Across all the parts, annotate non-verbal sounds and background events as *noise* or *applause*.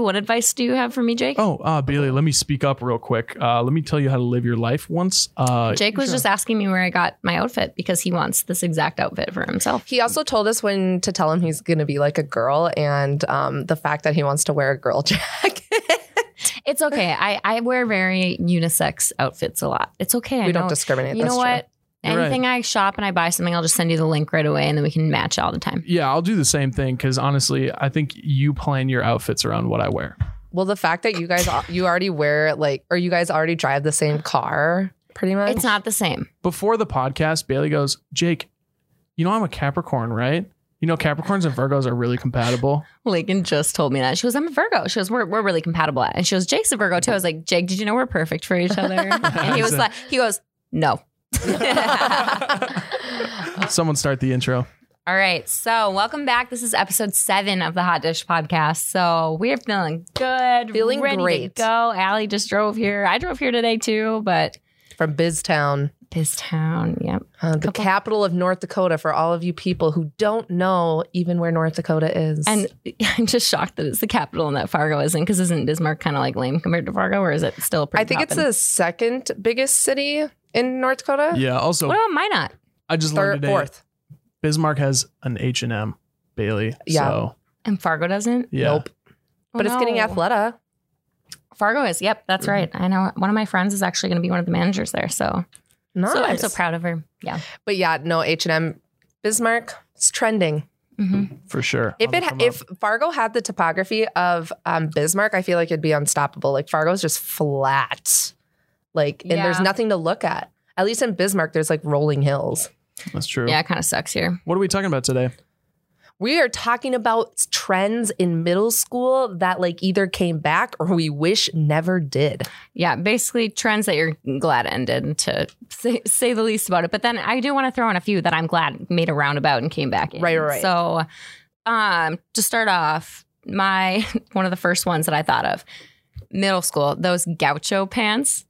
What advice do you have for me, Jake? Oh, uh, Bailey, let me speak up real quick. Uh, let me tell you how to live your life once. Uh, Jake was just asking me where I got my outfit because he wants this exact outfit for himself. He also told us when to tell him he's going to be like a girl and um, the fact that he wants to wear a girl *laughs* jacket. It's okay. I, I wear very unisex outfits a lot. It's okay. I we don't know. discriminate. You that's know true. what? You're right. Anything I shop and I buy something, I'll just send you the link right away and then we can match all the time. yeah, I'll do the same thing because honestly, I think you plan your outfits around what I wear. Well, the fact that you guys al- you already wear like or you guys already drive the same car, pretty much. It's not the same. Before the podcast, Bailey goes, Jake, you know I'm a Capricorn, right? You know Capricorns and Virgos are *laughs* really compatible. Lakin just told me that. She goes, I'm a Virgo. She goes, We're, we're really compatible. at it." And she goes, Jake's a Virgo too. I was like, Jake, did you know we're perfect for each *laughs* other? And he was like, He goes, *laughs* No. Someone start the intro. All right. So, welcome back. This is episode seven of the Hot Dish Podcast. So, we're feeling good, Feeling ready great. to go. Allie just drove here. I drove here today too, but From Biztown, Biztown. Yep. uh, the Couple- capital of North Dakota, for all of you people who don't know even where North Dakota is. And *laughs* I'm just shocked that it's the capital and that Fargo isn't because isn't Bismarck kind of like lame compared to Fargo, or is it still pretty? I think it's poppin'? the second biggest city in North Dakota. Yeah. Also, What about Minot? I just learned Third, today fourth. Bismarck has an H and M. Bailey. Yeah. So, And Fargo doesn't. yeah. Nope. Oh, But it's getting Mm-hmm. athletic. Athleta. Fargo is. Yep, that's right. I know. One of my friends is actually going to be one of the managers there. So, Nice. so I'm so proud of her. Yeah. But yeah, no H and M. Bismarck. It's trending. hmm For sure. If I'll it look 'em ha- up. if Fargo had the topography of um, Bismarck, I feel like it'd be unstoppable. Like Fargo's just flat, like and there's Yeah. nothing to look at. At least in Bismarck, there's like rolling hills. that's true. Yeah, it kind of sucks here. What are we talking about today? We are talking about trends in middle school that like either came back or we wish never did. Yeah, basically trends that you're glad ended to say, say the least about it. But then I do want to throw in a few that I'm glad made a roundabout and came back. in. Right, right, right. So, um, to start off, my *laughs* one of the first ones that I thought of, middle school, those gaucho pants.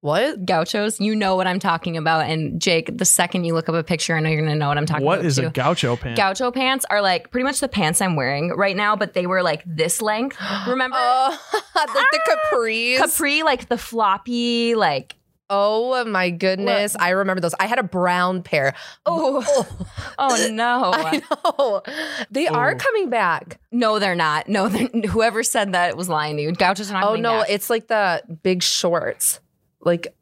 What? Gauchos, you know what I'm talking about. And Jake, the second you look up a picture, I know you're gonna know what I'm talking What about. is too. a gaucho pant? Gaucho pants are like pretty much the pants I'm wearing right now, but they were like this length. *gasps* Remember Ah! Oh, like *laughs* the capris. Capri, like the floppy, like oh my goodness, I remember those. I had a brown pair. oh, *laughs* oh no, *laughs* I uh, know they are Oh. coming back. no, they're not. No, they're, whoever said that was lying to you. Gauchos are not. Oh coming no, back. it's like the big shorts. Like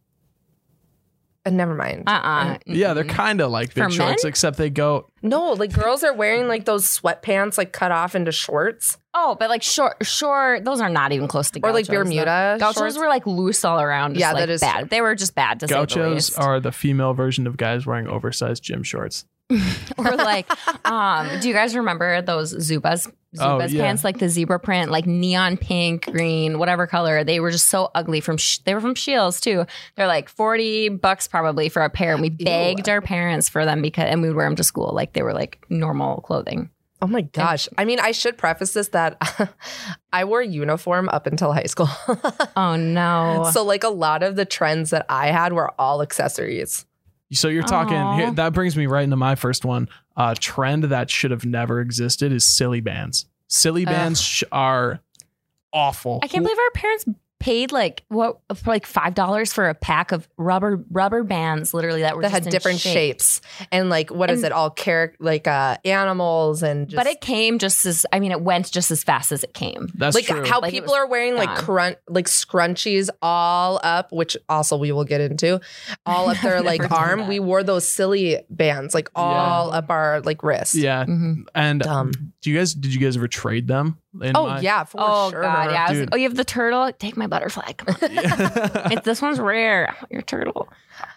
and never mind. uh-uh. Yeah, they're kind of like big For shorts, except they go. no, like girls are wearing like those sweatpants like cut off into shorts. Oh, but like short, short. Those are not even close to Or, gauchos. like, Bermuda Gauchos shorts? were like loose all around. Just, Yeah, like, that is bad. They were just bad to say the Gauchos least. are the female version of guys wearing oversized gym shorts. *laughs* or like, um, do you guys remember those Zubas? Oh, Zubas yeah. pants, like the zebra print, like neon pink, green, whatever color. They were just so ugly. From Sh- they were from Shields too. They're like forty bucks probably for a pair, and we begged our parents for them because, and we would wear them to school. Like they were like normal clothing. Oh my gosh. I mean, I should preface this that *laughs* I wore uniform up until high school. *laughs* Oh no! so like a lot of the trends that I had were all accessories. So you're talking Aw. here. That brings me right into my first one. A trend that should have never existed is silly bands. Silly Ugh. bands sh- are awful. I can't believe our parents paid like what for, like five dollars for a pack of rubber rubber bands, literally that were that just had in different shape. shapes and like what is And- it all character like uh animals and just But it came just as I mean, it went just as fast as it came. That's like true. how Like, it people was are wearing like gone. crunch like scrunchies all up which also we will get into *laughs* all up their I've like never done arm that. we wore those silly bands like all up our like wrists yeah. Mm-hmm. Mhm. And dumb do you guys did you guys ever trade them? In *laughs* oh my- yeah for Oh sure god, yeah. I was like, Dude. oh, you have the turtle. Take my butterfly. Come on. *laughs* It's, this one's rare. I want your turtle.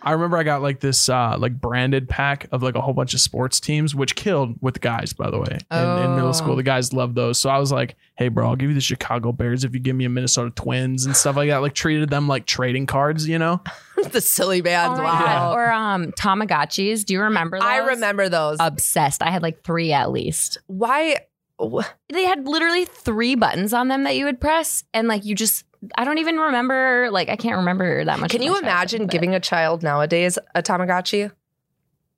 I remember I got like this uh like branded pack of like a whole bunch of sports teams, which killed with guys, by the way. In, in Oh. middle school, the guys loved those. So I was like, hey bro, I'll give you the Chicago Bears if you give me a Minnesota Twins and stuff like that. Like treated them like trading cards, you know? *laughs* the silly bands Oh my wow god. Or um, Tamagotchis. Do you remember? Those? i remember those Obsessed. I had like three at least. why wh- They had literally three buttons on them that you would press, and like you just. I don't even remember. Like I can't remember that much. can of you my childhood, imagine but giving a child nowadays a tamagotchi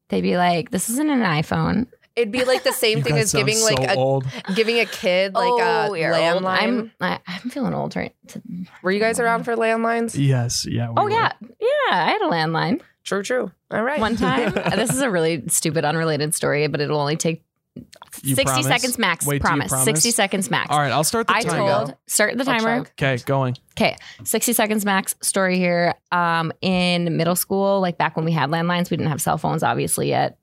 They'd be like, "This isn't an iPhone." It'd be like the same You thing guys as sound giving so like a, old. giving a kid like a Oh, you're landline. old. I'm I, I'm feeling old right. to- Were you guys around for landlines? Yes, yeah. we oh were. yeah, yeah. I had a landline True, true. All right. one *laughs* time. this is a really stupid, unrelated story, but it'll only take You sixty promise? seconds max. Wait, do you promise. promise? sixty seconds max. All right, I'll start the I timer. told start the I'll timer. check. Okay, going. 60 seconds max story here. Um, in middle school, like back when we had landlines, we didn't have cell phones obviously yet.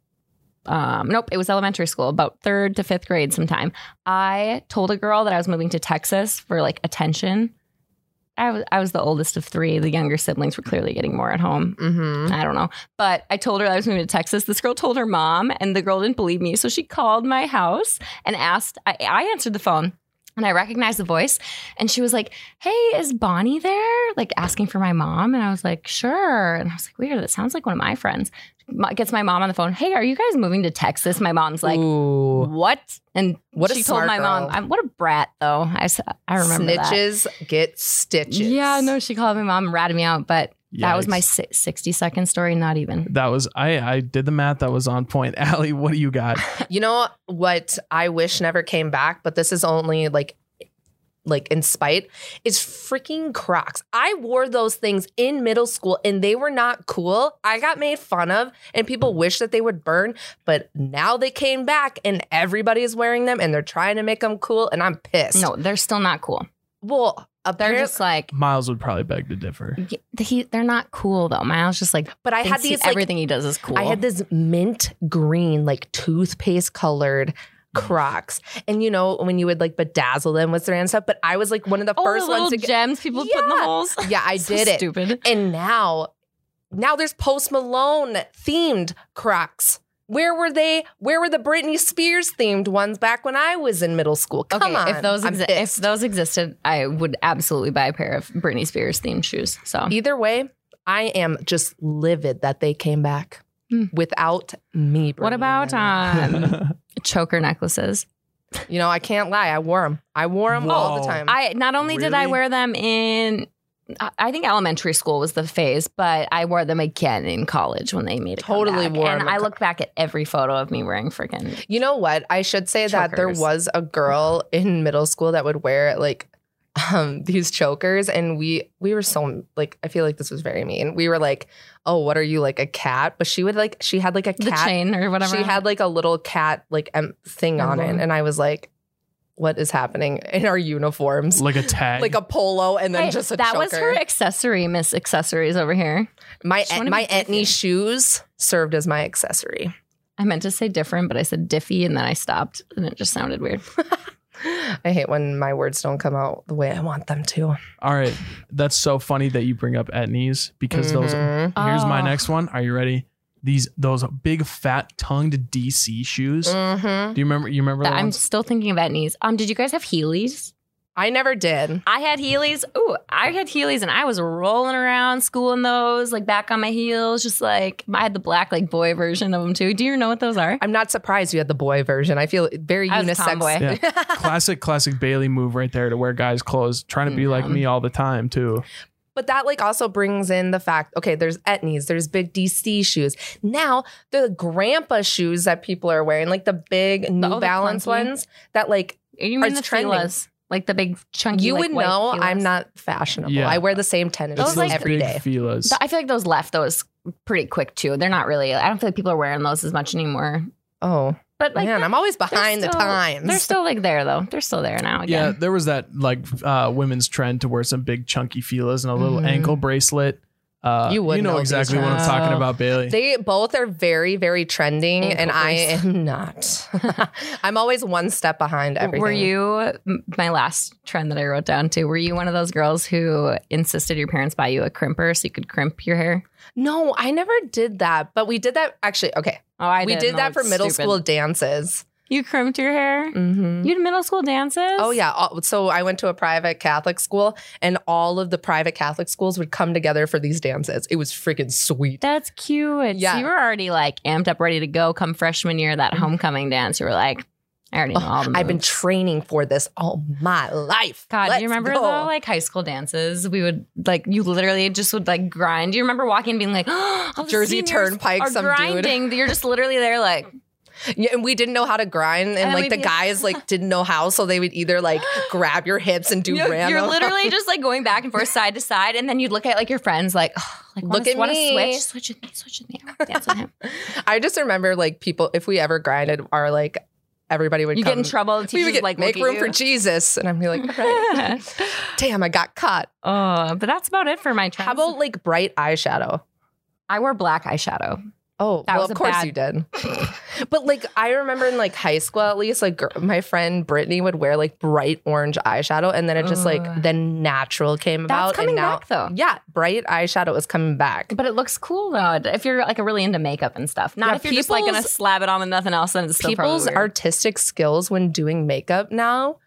Um, nope, it was elementary school, about third to fifth grade sometime. I told a girl that I was moving to Texas for like attention. I was I was the oldest of three. The younger siblings were clearly getting more at home. Mm-hmm. I don't know. But I told her I was moving to Texas. This girl told her mom, and the girl didn't believe me. So she called my house and asked. I, I answered the phone. And I recognized the voice, and she was like, "Hey, is Bonnie there?" Like asking for my mom, and I was like, "Sure." And I was like, "Weird, that sounds like one of my friends." Mo- Gets my mom on the phone. Hey, are you guys moving to Texas? My mom's like, Ooh. "What?" And What a she told smart my mom, girl. I'm, "What a brat, though." I, s- I remember that. Snitches get stitches. Yeah, no, she called my mom, and ratted me out, but that was Yikes. my si- sixty second story. Not even. That was I. I did the math. That was on point. *laughs* Allie, what do you got? You know what I wish never came back, but this is only like like in spite is freaking Crocs. I wore those things in middle school and they were not cool. I got made fun of and people wish that they would burn, but now they came back and everybody is wearing them and they're trying to make them cool and I'm pissed. No, they're still not cool. Well, They're apparently just like Miles would probably beg to differ. y- he, they're not cool though. Miles just like but I I had these like everything he does is cool. I had this mint green, like toothpaste colored Crocs. And you know, when you would like bedazzle them with certain stuff, but I was like one of the oh, first the little ones to get. gems people put in the Yeah. holes. Yeah, *laughs* I So did it. Stupid. And now, now there's Post Malone themed Crocs. Where were they? Where were the Britney Spears themed ones back when I was in middle school? Come okay, on. if those I'm exi- if pissed. those existed, I would absolutely buy a pair of Britney Spears themed shoes. So Either way, I am just livid that they came back Hmm. without me. what bringing about them up. *laughs* um, choker necklaces? You know, I can't lie. I wore them. I wore them all the Whoa. time. I not only did I Really? wear them in. I- I think elementary school was the phase, but I wore them again in college when they made it. Totally wore and them in I co- look back at every photo of me wearing freaking. You know what? I should say that there Chokers. was a girl in middle school that would wear like um these chokers and we we were so like I feel like this was very mean. We were like, "Oh, what are you like a cat?" But she would like she had like a The cat. chain or whatever. Uh-huh. She had like a little cat like um, thing on it Emblem. and I was like, "What is happening in our uniforms?" *laughs* Like, Like a tag. a polo and then Hey, just a that choker. was her accessory, Miss Accessories over here. my e, Just wanna my be different. Etney shoes served as my accessory. I meant to say different, but I said diffy and then I stopped and it just sounded weird. I hate when my words don't come out the way I want them to. All right. That's so funny that you bring up etnies because those. Mhm. Here's my Oh. next one. Are you ready? These those big fat tongued DC shoes. Mm-hmm. Do you remember? You remember? The I'm ones? still thinking about knees. Um, did you guys have Heelys? I never did. I had Heelys. Ooh, I had Heelys and I was rolling around schooling those, like back on my heels, just like I had the black like boy version of them too. Do you know what those are? I'm not surprised you had the boy version. I feel very I was a unisex. tomboy. *laughs* classic, classic Bailey move right there to wear guys' clothes, trying to be like Mhm. me all the time too. but that like also brings in the fact, okay, there's etnies, there's big DC shoes. Now the grandpa shoes that people are wearing, like the big New oh, the Balance clunky. ones, that like You mean It's the trending. Fila's, like the big chunky. you like, would white know I'm Fila's. not fashionable. Yeah. I wear the same tennis Those, it's shoes those like, every big day. Filas. I feel like those left those pretty quick too. They're not really. I don't feel like people are wearing those as much anymore. oh But like man, I'm always behind the still- times. They're still like there though. They're still there now. Yeah, Again. there was that like uh, women's trend to wear some big chunky feelers and a little Mhm. ankle bracelet. Uh, You would you know, know these exactly what I'm trends. talking Oh. about, Bailey. They both are very, very trending, Ankle and I brace. am not. *laughs* I'm always one step behind everything. Were you m- my last trend that I wrote down too? Were you one of those girls who insisted your parents buy you a crimper so you could crimp your hair? No, I never did that. But we did that actually. Okay, Oh, I we did, did and that for looked middle stupid. school dances. You crimped your hair. Mm-hmm. You did middle school dances. Oh yeah. All- So I went to a private Catholic school, and all of the private Catholic schools would come together for these dances. It was freaking sweet. that's cute. Yeah. Mm-hmm. So you were already like amped up, ready to go. Come freshman year, that homecoming dance, you were like, I already know all the. I've been moves. training for this all my life. God, Let's do you remember go. the like high school dances? We would like you literally just would like grind. Do you remember walking and being like, *gasps* oh, the Jersey seniors Turnpike, are some dude. grinding. You're just literally there like Yeah, and we didn't know how to grind, and, And like we'd the be- guys like didn't know how, so they would either *gasps* like grab your hips and *laughs* do You- You're, random. *laughs* literally just like going back and forth side to side, and then you'd look at like your friends, like, oh, like Look at want to me. switch, switch with me, switch with me, I wanna dance with *laughs* him. I just remember like people if we ever grinded are like everybody would You come, get in trouble. The We teachers would get, like make look room at for you. Jesus, and I'm *laughs* be like, "All *laughs* right, damn, I got caught. oh, but that's about it for my trends. How about like bright eyeshadow? I wore black eyeshadow. Oh, That well, was of a course bad- you *laughs* did. but like, I remember in like high school, at least, like gr- my friend Brittany would wear like bright orange eyeshadow, and then it just Ugh. like then natural came That's about, coming and now back though. yeah, bright eyeshadow is coming back. But it looks cool though if you're like really into makeup and stuff. Not Yeah, if you're just like gonna people's- slap it on with nothing else. Then it's still People's probably weird. artistic skills when doing makeup now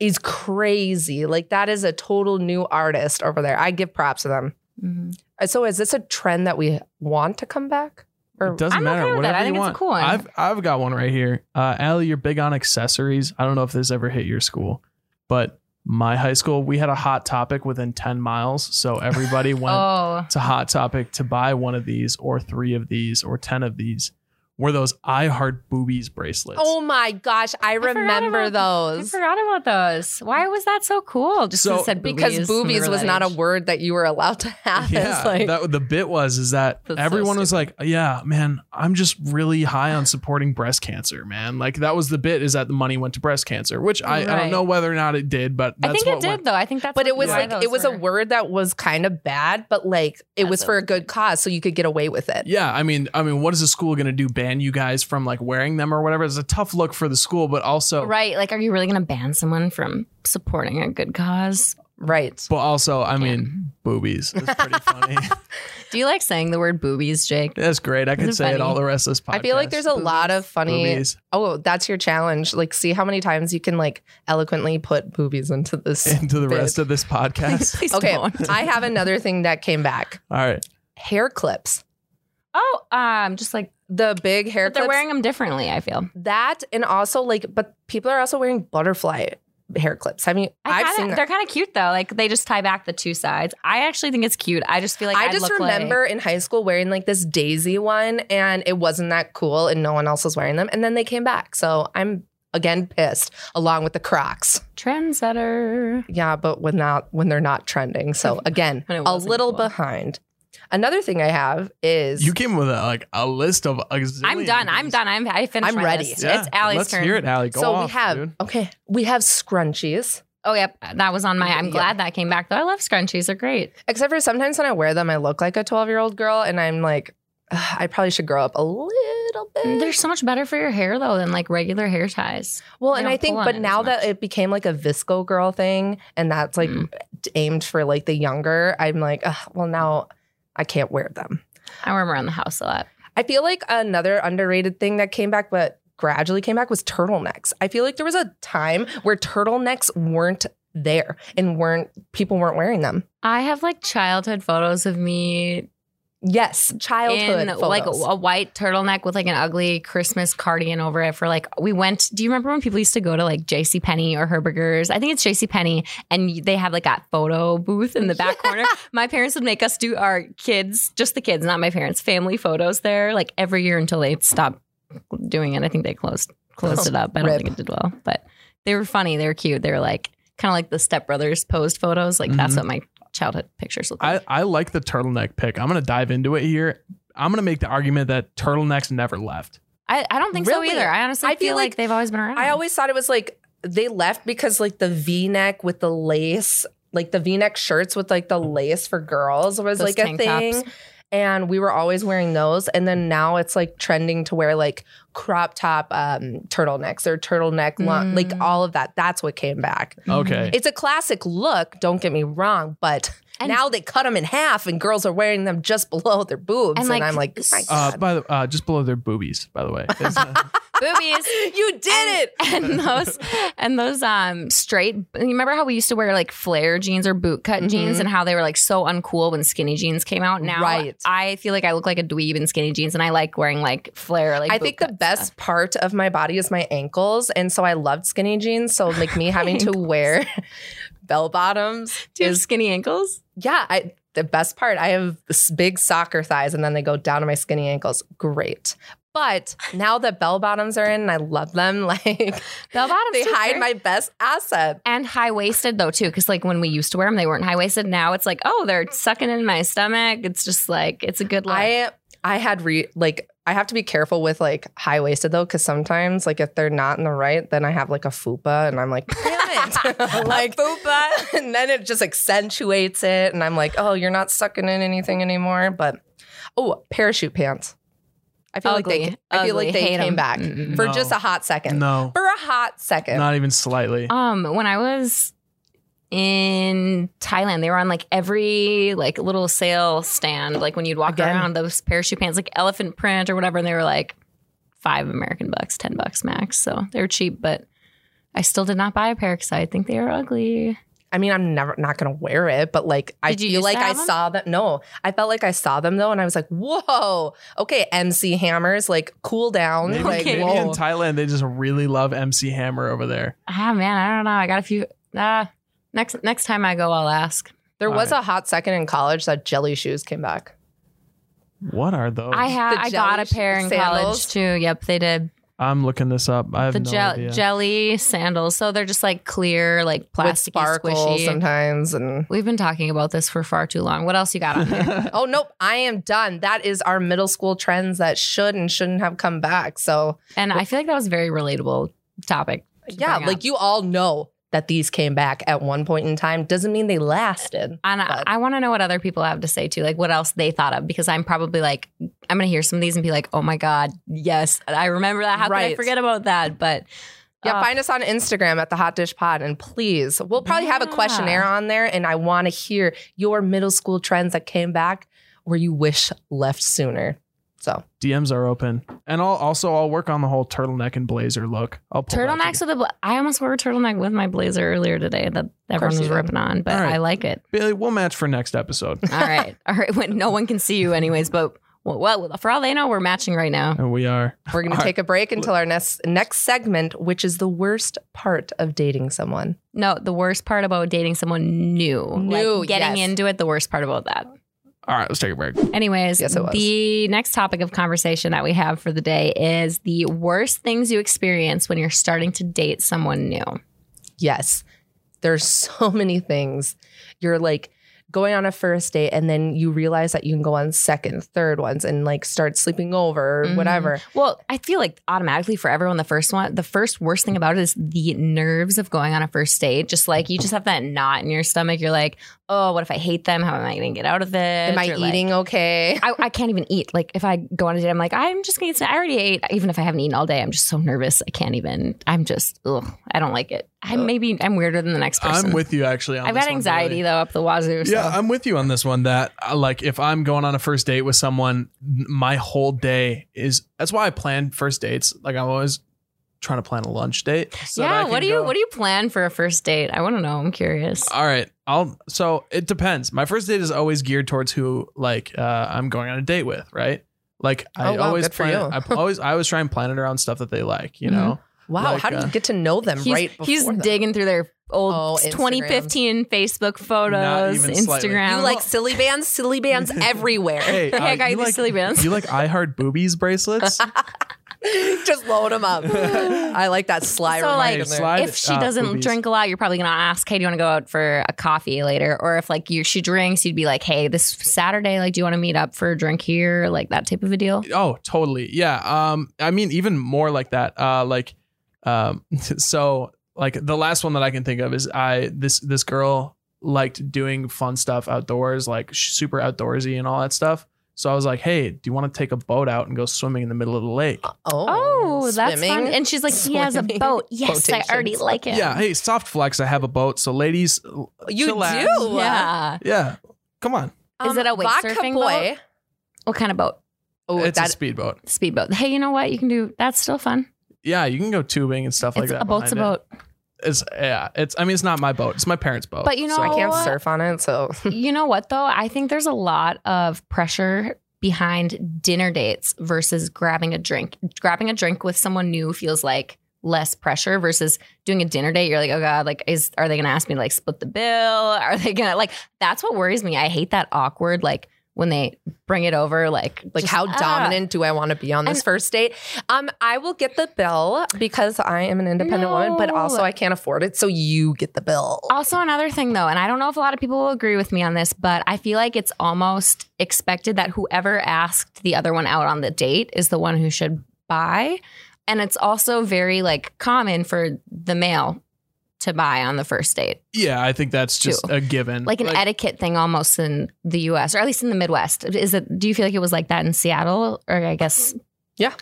is crazy. Like that is a total new artist over there. I give props to them. Uh, Mhm. So is this a trend that we want to come back? It doesn't I'm okay matter. with Whatever that. I think you it's a want. cool one. I've I've got one right here. Uh, Allie, you're big on accessories. I don't know if this ever hit your school, but my high school we had a hot topic within ten miles, *laughs* so everybody went Oh, to Hot Topic to buy one of these or three of these or ten of these. Were those I heart boobies bracelets? Oh my gosh, I forgot remember I those. forgot about those. Why was that so cool? Just 'cause So- it said boobies because when we boobies were was that not a age. word that you were allowed to *laughs* have. Yeah, It's like, that, the bit was is that That's so everyone was like, "Yeah, man, I'm just really high on supporting breast cancer, man." Like that was the bit is that the money went to breast cancer, which I, I don't Right. know whether or not it did, but I that's think what it did went- though. I think that's but what- it was why like those it was were- a word that was kind of bad, but like it was That's for a- a good cause, so you could get away with it. Yeah, I mean, I mean, what is the school going to do? Ban you guys from like wearing them or whatever? It's a tough look for the school, but also, Right. Like, are you really going to ban someone from supporting a good cause? Right. but also, I mean, boobies. It's pretty funny. Do you like saying the word boobies, Jake? *laughs* That's great. I could Isn't say it funny? all the rest of this podcast. I feel like there's a lot of funny. boobies Oh, that's your challenge. Like, see how many times you can like eloquently put boobies into this. into the bit. *laughs* rest of this podcast. Please Okay, don't. *laughs* I have another thing that came back: all right, hair clips. Oh, um, just like The big hair but they're clips. wearing them differently. I feel. that, and also like, but people are also wearing butterfly hair clips. Have you? I I've kinda, seen that. they're kind of cute though. Like they just tie back the two sides. I actually think it's cute. I just feel like I I'd just look remember in high school wearing like this daisy one and it wasn't that cool and no one else was wearing them. And then they came back. So I'm again pissed along with the Crocs. like trendsetter. Yeah, but when not when they're not trending. *laughs* So again, When it a wasn't little cool. behind. Another thing I have is you came with a, like a list of. A I'm done. I'm done. I'm I finished. I'm my ready. list. It's Allie's Let's turn. hear it, Allie. Go so off, we have dude. okay, we have scrunchies. Oh yep, that was on my. I'm Yeah. glad that came back though. I love scrunchies. They're great. Except for sometimes when I wear them, I look like a 12 year old girl and I'm like, "Ugh, I probably should grow up a little bit. They're so much better for your hair though than like regular hair ties. Well, They and don't I think, pull on but it as now that much. it became like a visco girl thing, and that's like Mm. aimed for like the younger, I'm like, Ugh, well, now I can't wear them. I wear them around the house a lot. I feel like another underrated thing that came back, but gradually came back, was turtlenecks. I feel like there was a time where turtlenecks weren't there and weren't people weren't wearing them. I have like childhood photos of me Yes, childhood in photos. like a, a white turtleneck with like an ugly Christmas cardigan over it for like we went do you remember when people used to go to like JC Penney or Herberger's I think it's JC Penney and y- they have like that photo booth in the back corner my parents would make us do our kids just the kids not my parents family photos there like every year until they stopped doing it I think they closed closed it up I don't Oh, Rip. think it did well but they were funny they were cute they were like kind of like the Step Brothers posed photos like that's Mhm. Mm-hmm. what my childhood pictures look I, like I like the turtleneck pick. I'm gonna dive into it here. I'm gonna make the argument that turtlenecks never left. I, I, don't think Really? so either I honestly I feel, feel like, like- they've always been around I *laughs* always thought it was like they left because like the V neck with the lace, like the V neck shirts with like the lace for girls was Those like a tank thing. tops. And we were always wearing those. And then now it's like trending to wear like crop top um, turtlenecks or turtleneck, long, like Mm. all of that. That's what came back. Mm-hmm. Okay. It's a classic look, don't get me wrong, but And- now they cut them in half and girls are wearing them just *laughs* below their boobs. And, And, like, I'm like, oh my Uh, God. by the uh, just below their boobies, by *laughs* the way. It's, uh, boobies. *laughs* you did it. and those and those um straight you remember how we used to wear like flare jeans or boot cut jeans Mhm. and how they were like so uncool when skinny jeans came out now Right. i feel like i look like a dweeb in skinny jeans and i like wearing like flare like I boot think the cut best stuff. part of my body is my ankles, and so I loved skinny jeans. So like me having to wear *laughs* bell bottoms do you have is skinny ankles yeah. I the best part. I have s- big soccer thighs, and then they go down to my skinny ankles. Great, But now that bell bottoms are in, and I love them. *laughs* Like Bell bottoms. they too, hide sir. my best asset. and high waisted though too, because like when we used to wear them, they weren't high waisted. Now it's like, oh, they're sucking in my stomach. It's just like it's a good look. I I had re like I have to be careful with like high waisted though, because sometimes like if they're not in the right, then I have like a fupa, and I'm like, damn *laughs* it, like fupa, *laughs* and then it just accentuates it, and I'm like, oh, you're not sucking in anything anymore. But oh, parachute pants. I feel like Ugly. they I feel Ugly. like they Hate came 'em. back Mm-mm. for No. just a hot second. No, For a hot second. not even slightly. Um, when I was in Thailand, they were on like every like little sale stand. Like when you'd walk Again. around those parachute pants, like elephant print or whatever, and they were like five American bucks, ten bucks max. So they were cheap, but I still did not buy a pair because I think they are ugly. I mean, I'm never not gonna wear it, but like I Did you feel used to like I have 'em? saw them. No, I felt like I saw them though, and I was like, "Whoa, okay, MC Hammers, like cool down." Maybe, like, Okay. maybe whoa. in Thailand they just really love MC Hammer over there. Ah man, I don't know. I got a few ah next next time I go I'll ask. there was Alright. a hot second in college that jelly shoes came back. What are those? I had The I got a jelly pair sh- in sandals? college too. Yep, they did. I'm looking this up. I have The no gel- idea. jelly sandals. So they're just like clear, like With plastic sparkles squishy. *laughs* sometimes, and We've been talking about this for far too long. What else you got on there? *laughs* oh nope, I am done. That is our middle school trends that should and shouldn't have come back. So and I feel like that was a very relatable topic. to yeah, bring up. like you all know that these came back at one point in time. Doesn't mean they lasted. And I, but- I want to know what other people have to say too, like what else they thought of, because I'm probably like, I'm going to hear some of these and be like, oh my God, yes, I remember that. How could I Right. forget about that? But Yeah, Uh, find us on Instagram at the Hot Dish Pod, and please, we'll probably have a Yeah. questionnaire on there, and I want to hear your middle school trends that came back or you wish left sooner. So DMs are open, and I'll also I'll work on the whole turtleneck and blazer look. I'll pull that turtlenecks with a, bla- I almost wore a turtleneck with my blazer earlier today that everyone you was did. ripping on, but All right. I like *laughs* it. together. Bailey, we'll match for *laughs* next episode. All right. All right. When no one can see you anyways, but well, well, for all they know, we're matching right now. and we are. we're gonna All right. take a break until our next next segment, which is the worst part of dating someone. No, the worst part about dating someone new, New, like getting yes. into it, the worst part about that. All right, let's take a break. Anyways, Yes, it was. the next topic of conversation that we have for the day is the worst things you experience when you're starting to date someone new. Yes, there's so *laughs* many things you're like going on a first date, and then you realize that you can go on second, third ones, and like start sleeping over or Mhm. whatever. Well, I feel like automatically for everyone, the first one, the first worst thing about it is the nerves of going on a first date. Just like you just have that knot in your stomach. You're like, oh, what if I hate them? How am I going to get out of this? Am I Or, like, eating okay? I, I can't even eat. Like if I go on a date, I'm like, I'm just gonna. Eat, some- I already ate. Even if I haven't eaten all day, I'm just so nervous. I can't even. I'm just. Ugh, I don't like it. I maybe I'm weirder than the next person. I'm with you actually. On I've this got one, anxiety Bailey. though up the wazoo. So. Yeah, I'm with you on this one. That uh, like if I'm going on a first date with someone, n- my whole day is. That's why I plan first dates. Like I'm always trying to plan a lunch date. So yeah. What do you What do you plan for a first date? I want to know. I'm curious. All right. I'll so it depends. My first date is always geared towards who like uh, I'm going on a date with, right? Like I Oh, wow, always good for plan you. *laughs* I pl- always I always try and plan it around stuff that they like, Mm-hmm. you know. Wow, Like, how do uh, you get to know them he's right before he's them? digging through their Oh, old Instagrams. 2015 Facebook photos, even slightly. Instagram. You like silly bands? Silly *laughs* bands everywhere. Hey, Yeah, uh, I got you you these like silly bands. *laughs* you like I heart boobies bracelets? *laughs* Just load *laughs* them up. I like that sly So, remark like, in there. sly- if she uh, doesn't boobies. drink a lot, you're probably gonna ask, "Hey, do you want to go out for a coffee later?" Or if like you she drinks, you'd be like, "Hey, this Saturday, like, do you want to meet up for a drink here?" Like that type of a deal. oh, totally. Yeah. Um I mean even more like that. Uh like um *laughs* so like the last one that I can think of is I this this girl liked doing fun stuff outdoors, like sh- super outdoorsy and all that stuff. So I was like, "Hey, do you want to take a boat out and go swimming in the middle of the lake?" Oh, that's swimming. fun. And she's like, "He has a Swimming. boat. Yes, I already Quotations. like it." Yeah. Hey, soft flex. I have a boat. So, ladies, l- you chillax. do. Um, Yeah. Yeah. Come on. Is it a wake vodka surfing boy? What kind of boat? Oh, it's a that speedboat. Speedboat. Hey, you know what? You can do. That's still fun. Yeah. You can go tubing and stuff like it's that. a boat's a behind boat. It. It's, yeah. It's, I mean, it's not my boat. It's my parents' boat. But you know- I can't Oh. surf on it, so *laughs* you know what though? I think there's a lot of pressure behind dinner dates versus grabbing a drink. Grabbing a drink with someone new feels like less pressure versus doing a dinner date. You're like, oh god, like is *laughs* are they gonna ask me to, like split the bill? Are they gonna like? That's what worries me. I hate that awkward like when they bring it over, like Like, just, how ah. dominant do I want to be on this And- first date? Um, I will get the bill because I am an independent woman, but No. Ah. also I can't afford it. So you get the bill. Also, another thing though, and I don't know if a lot of people will agree with me on this, but I feel like it's almost expected that whoever asked the other one out on the date is the one who should buy. And it's also very like common for the male to buy on the first date, Yeah, I think that's just a given. Mm, like an etiquette thing almost in the US or at least in the Midwest. Is it, do you feel like it was like that in Seattle or I guess? Yeah,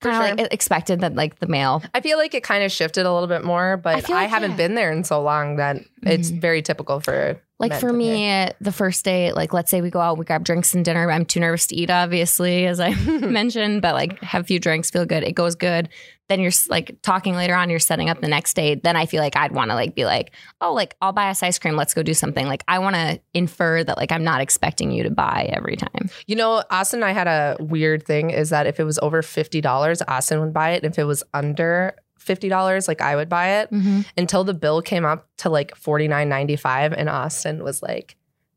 for Kind of like e-, expected that like the male. I feel like it kind of shifted a little bit more, but I, I feel like, haven't yeah. Mm-hmm. been there in so long that it's very typical for Like men for to pay. me, the first date, like let's say we go out, we grab drinks and dinner. I'm too nervous to eat, obviously, as I mentioned, but like have a few drinks, feel good. It goes good. Then you're s- like talking later on, you're setting up the next date. Then I feel like I'd want to like be like, oh, like I'll buy us ice cream. Let's go do something. Like I want to infer that like I'm not expecting you to buy every time. You know, Austin and I had a weird thing is that if it was over fifty dollars, Austin would buy it. If it was under fifty dollars, like I would buy it. Until the bill came up to like forty nine ninety five, and Austin was like,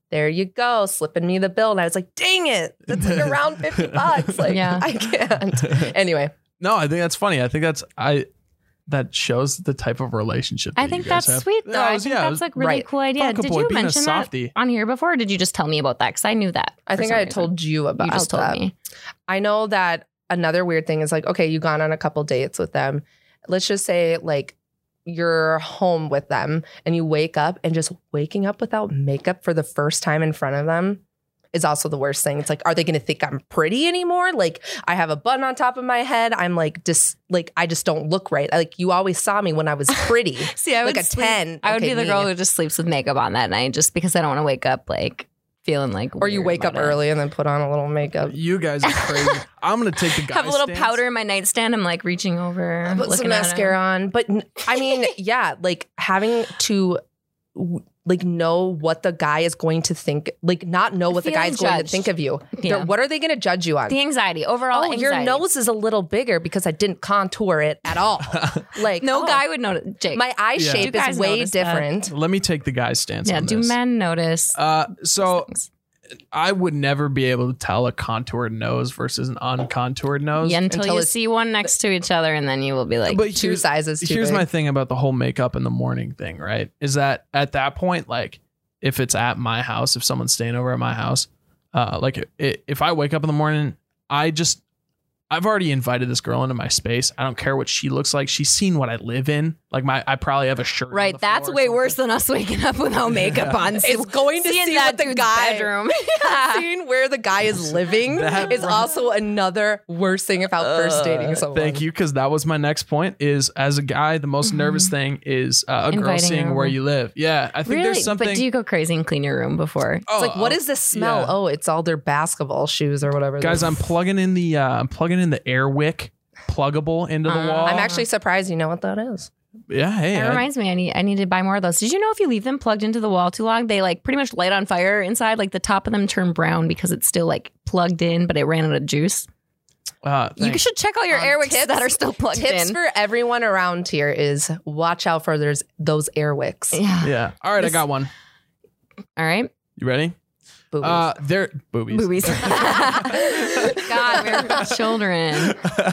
"There you go, slipping me the bill," and I was like, "Dang it, that's *laughs* like around *laughs* fifty bucks. Like Yeah. I can't." Anyway, no, I think that's funny. I think that's I that shows the type of relationship. I that you think guys that's have. sweet though. Yeah, I I was- think yeah, I that's was- like really right. cool idea. Fuck a Did boy, you being a mention that softie. on here before? Or did you just tell me about that? Because I knew that. I for think some I reason. told you about you just told that. me. I know that another weird thing is like, okay, you gone on a couple dates with them. Let's just say like you're home with them and you wake up and just waking up without makeup for the first time in front of them is also the worst thing. It's like, are they gonna think I'm pretty anymore? Like I have a bun on top of my head. I'm like just like I just don't look right. Like you always saw me when I was pretty. See, *laughs* I like a would sleep- 10. I would Okay, be the me. girl who just sleeps with makeup on that night just because I don't want to wake up like feeling like. Or you weird wake up about it. early and then put on a little makeup. You guys are crazy. *laughs* I'm gonna take the guy. Have a little stance. powder in my nightstand. I'm like reaching over, I put some looking at it. mascara on. But n- *laughs* I mean, yeah, like having to w- like know what the guy is going to think, like not know what the Feeling guy's going to judged. think of you. Yeah. They're- What are they going to judge you on? The anxiety overall. oh, anxiety. your nose is a little bigger because I didn't contour it *laughs* at all. like No oh, guy would notice. Jake. my eye Yeah. shape Do is guys way notice that? *laughs* different. Let me take the guy's stance. yeah. on Do this. men notice? Uh, so things? I would never be able to tell a contoured nose versus an uncontoured nose. yeah, until, until you it's- see one next to each other, and then you will be like, but Two here's, sizes. Too here's my big. thing about the whole makeup in the morning thing, right? Is that at that point, like if it's at my house, if someone's staying over at my house, uh, like i if I wake up in the morning, I just I've already invited this girl into my space. I don't care what she looks like. She's seen what I live in. Like my, I probably have a shirt. on right. the That's floor or way something. worse than us waking up *laughs* with no makeup on. *laughs* It's going to Seeing see that what the dude's *laughs* guy. bedroom. *laughs* Seeing where the guy is *laughs* living That- Uh, is also another worst thing about first dating someone. Thank you, because that was my next point. Is as a guy, the most nervous thing is uh, a girl Inviting seeing her where over. you live. Yeah, I think Really? there's something. But do you go crazy and clean your room before? Oh, It's like, what oh, is this smell? yeah. Oh, it's all their basketball shoes or whatever. guys? I'm plugging in the uh, I'm plugging in the air wick pluggable into the Uh, wall. I'm actually surprised you know what that is. yeah. Hey, That I- reminds me, I need I need to buy more of those. Did you know if you leave them plugged into the wall too long, they like pretty much light on fire inside? Like the top of them turn brown because it's still like plugged in, but it ran out of juice. uh, You thanks. should check all your Um, air wicks tips- that are still plugged Tips in. for everyone around here is watch out for there's those air *laughs* wicks. *laughs* yeah. yeah. All right, This- I got one. All right. You ready? Boobies. *laughs* Uh, *laughs* there boobies. *laughs* Boobies. God, we're *laughs* children.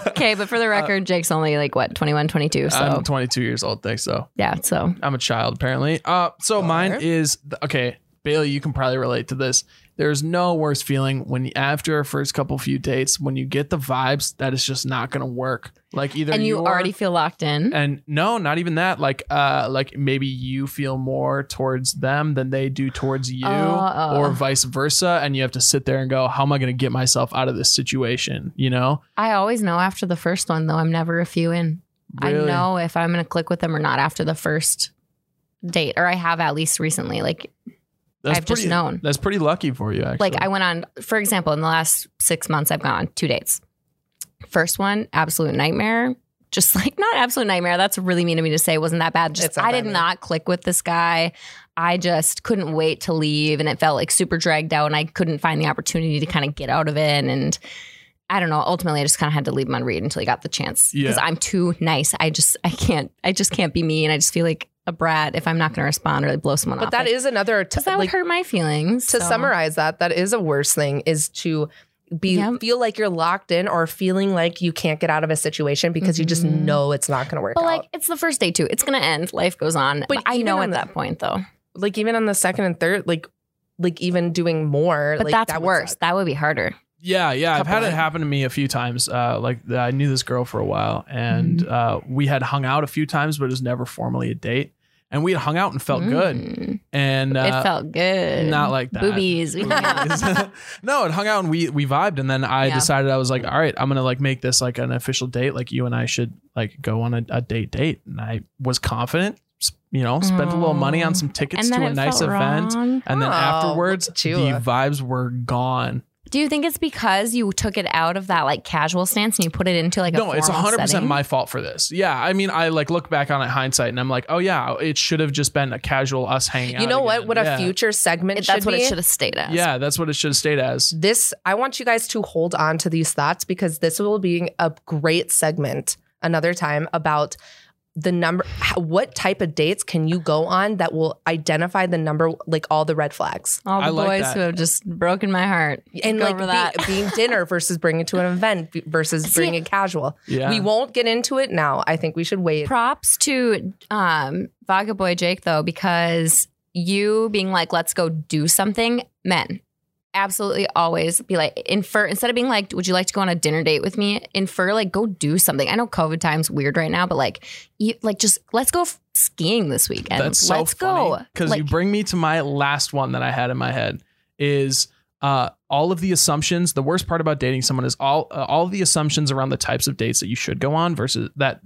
Okay, but Uh, for the record, Jake's only like what, 21, 22. So I'm 22 years old. Thanks. So yeah, so I'm a child, apparently. Uh, so mine Sure. is okay. Bailey, you can probably relate to this. There's no worse feeling when after a first couple few dates, when you get the vibes that it's just not gonna work. Like either and you you're- already feel locked in. and no, not even that. Like uh, like maybe you feel more towards them than they do towards you, Oh. or vice versa. And you have to sit there and go, how am I gonna get myself out of this situation? You know, I always know after the first one though, I'm never a few in. I Really? know if I'm gonna click with them or not after the first date, or I have at least recently. Like I've just pretty- known. That's pretty lucky for you, actually. like I went on, for example, in the last six months, I've gone on two dates. First one, absolute nightmare. Just *laughs* like not absolute nightmare. That's really mean of me to say. It wasn't that bad. It's Just not I that did mean. not click with this guy. I just couldn't wait to leave, and it felt like super dragged out, and I couldn't find the opportunity to kind of get out of it. And I don't know. Ultimately, I just kind of had to leave him on read until he got the chance Yeah. because I'm too nice. I just I can't. I just can't be me, and I just feel like a brat if I'm not going to respond or blow someone But off. that is another t- because that like, would hurt my feelings. to so. summarize that, that is a worse thing is to be Yep. feel like you're locked in or feeling like you can't get out of a situation because you just Mhm. know it's not going to work But out. like, it's the first day too. It's gonna end. Life goes on. But But, I even know on at the- that point though. like even on the second and third, like like even doing more. But like, that's that would worse. suck. That would be harder. Yeah, yeah. I've had Couple it in. happen to me a few times. Uh, like th- I knew this girl for a while, and Mm-hmm. uh, we had hung out a few times, but it was never formally a date. And we had hung out and felt good, Mm. and it uh, felt good. not like that. *laughs* boobies. We Boobies. *laughs* no, it hung out and we we vibed, and then I Yeah. decided I was like, all right, I'm gonna like make this like an official date. Like you and I should like go on a, a date date, and I was confident. s- You know, spent a little money on some tickets Mm. and then to it a nice felt event, wrong. and then Oh, look afterwards, at you. the vibes were gone. Do you think it's because you took it out of that like casual stance and you put it into like a no, it's formal 100% setting? my fault for this. Yeah. I mean, I like look back on it hindsight and I'm like, oh, yeah, it should have just been a casual us hanging out. You know what? again. What yeah. a future segment. It- that's should what be. it should have stayed as. Yeah, that's what it should have stayed as. This I want you guys to hold on to these thoughts because this will be a great segment another time about the number how- what type of dates can you go on that will identify the number like all the red flags All the I boys like that. who have just broken my heart. and Go like over be- that. *laughs* *laughs* being dinner versus bringing it to an event be- versus See, bringing it casual Yeah. we won't get into it now i think we should wait Props to um Vaga Boy Jake though, because you being like, let's go do something, men. Absolutely always be like infer instead of being like, would you like to go on a dinner date with me? Infer like go do something. I know COVID time's weird right now, but like you like just let's go f- skiing this weekend. That's so let's go. Because Like, you bring me to my last one that I had in my head is uh, all of the assumptions. The worst part about dating someone is all uh, all of the assumptions around the types of dates that you should go on versus that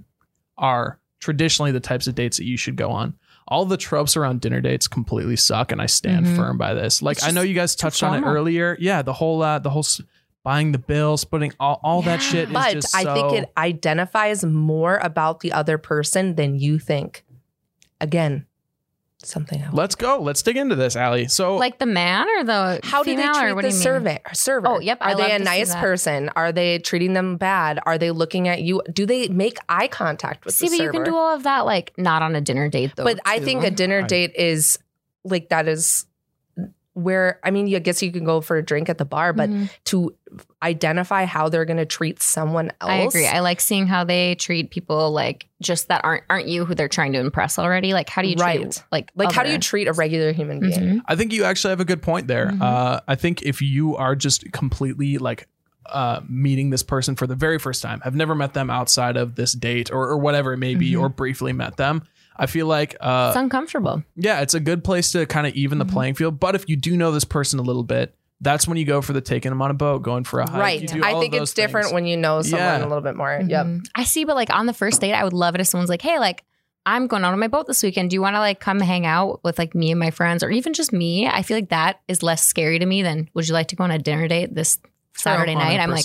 are traditionally the types of dates that you should go on. All the tropes around dinner dates completely suck, and I stand Mhm. firm by this. Like It's I know just you guys touched on it formal. earlier. Yeah, the whole uh, the whole s- buying the bill, splitting all all that Yeah. shit. is but just i so- think it identifies more about the other person than you think again something else Let's go. Let's dig into this, Allie. So like the man or the How do they female, or treat what the do you mean? servant, server? Oh, yep, Are I love they to a see nice that. person? Are they treating them bad? Are they looking at you? Do they make eye contact with See, the but server? you can do all of that like not on a dinner date though. but I too. think a dinner I- date is like that is where I mean, I guess you can go for a drink at the bar, but Mhm. to identify how they're going to treat someone else, I agree. I like seeing how they treat people like just that aren't aren't you who they're trying to impress already. Like how do you treat Right. like like how do other- you treat a regular human being? Mhm. I think you actually have a good point there. Mhm. Uh, I think if you are just completely like uh, meeting this person for the very first time, have never met them outside of this date or, or whatever it may be, Mhm. or briefly met them, I feel like It's uh, uncomfortable. yeah, it's a good place to kind of even the Mhm. playing field. But if you do know this person a little bit, that's when you go for the taking them on a boat, going for a hike. Right. You do all I of think those it's different things. when you know someone Yeah. a little bit more. Yep. Mhm. I see, but like on the first date, I would love it if someone's like, "Hey, like I'm going out on my boat this weekend. Do you want to like come hang out with like me and my friends, or even just me?" I feel like that is less scary to me than "Would you like to go on a dinner date this Saturday night?" I'm like,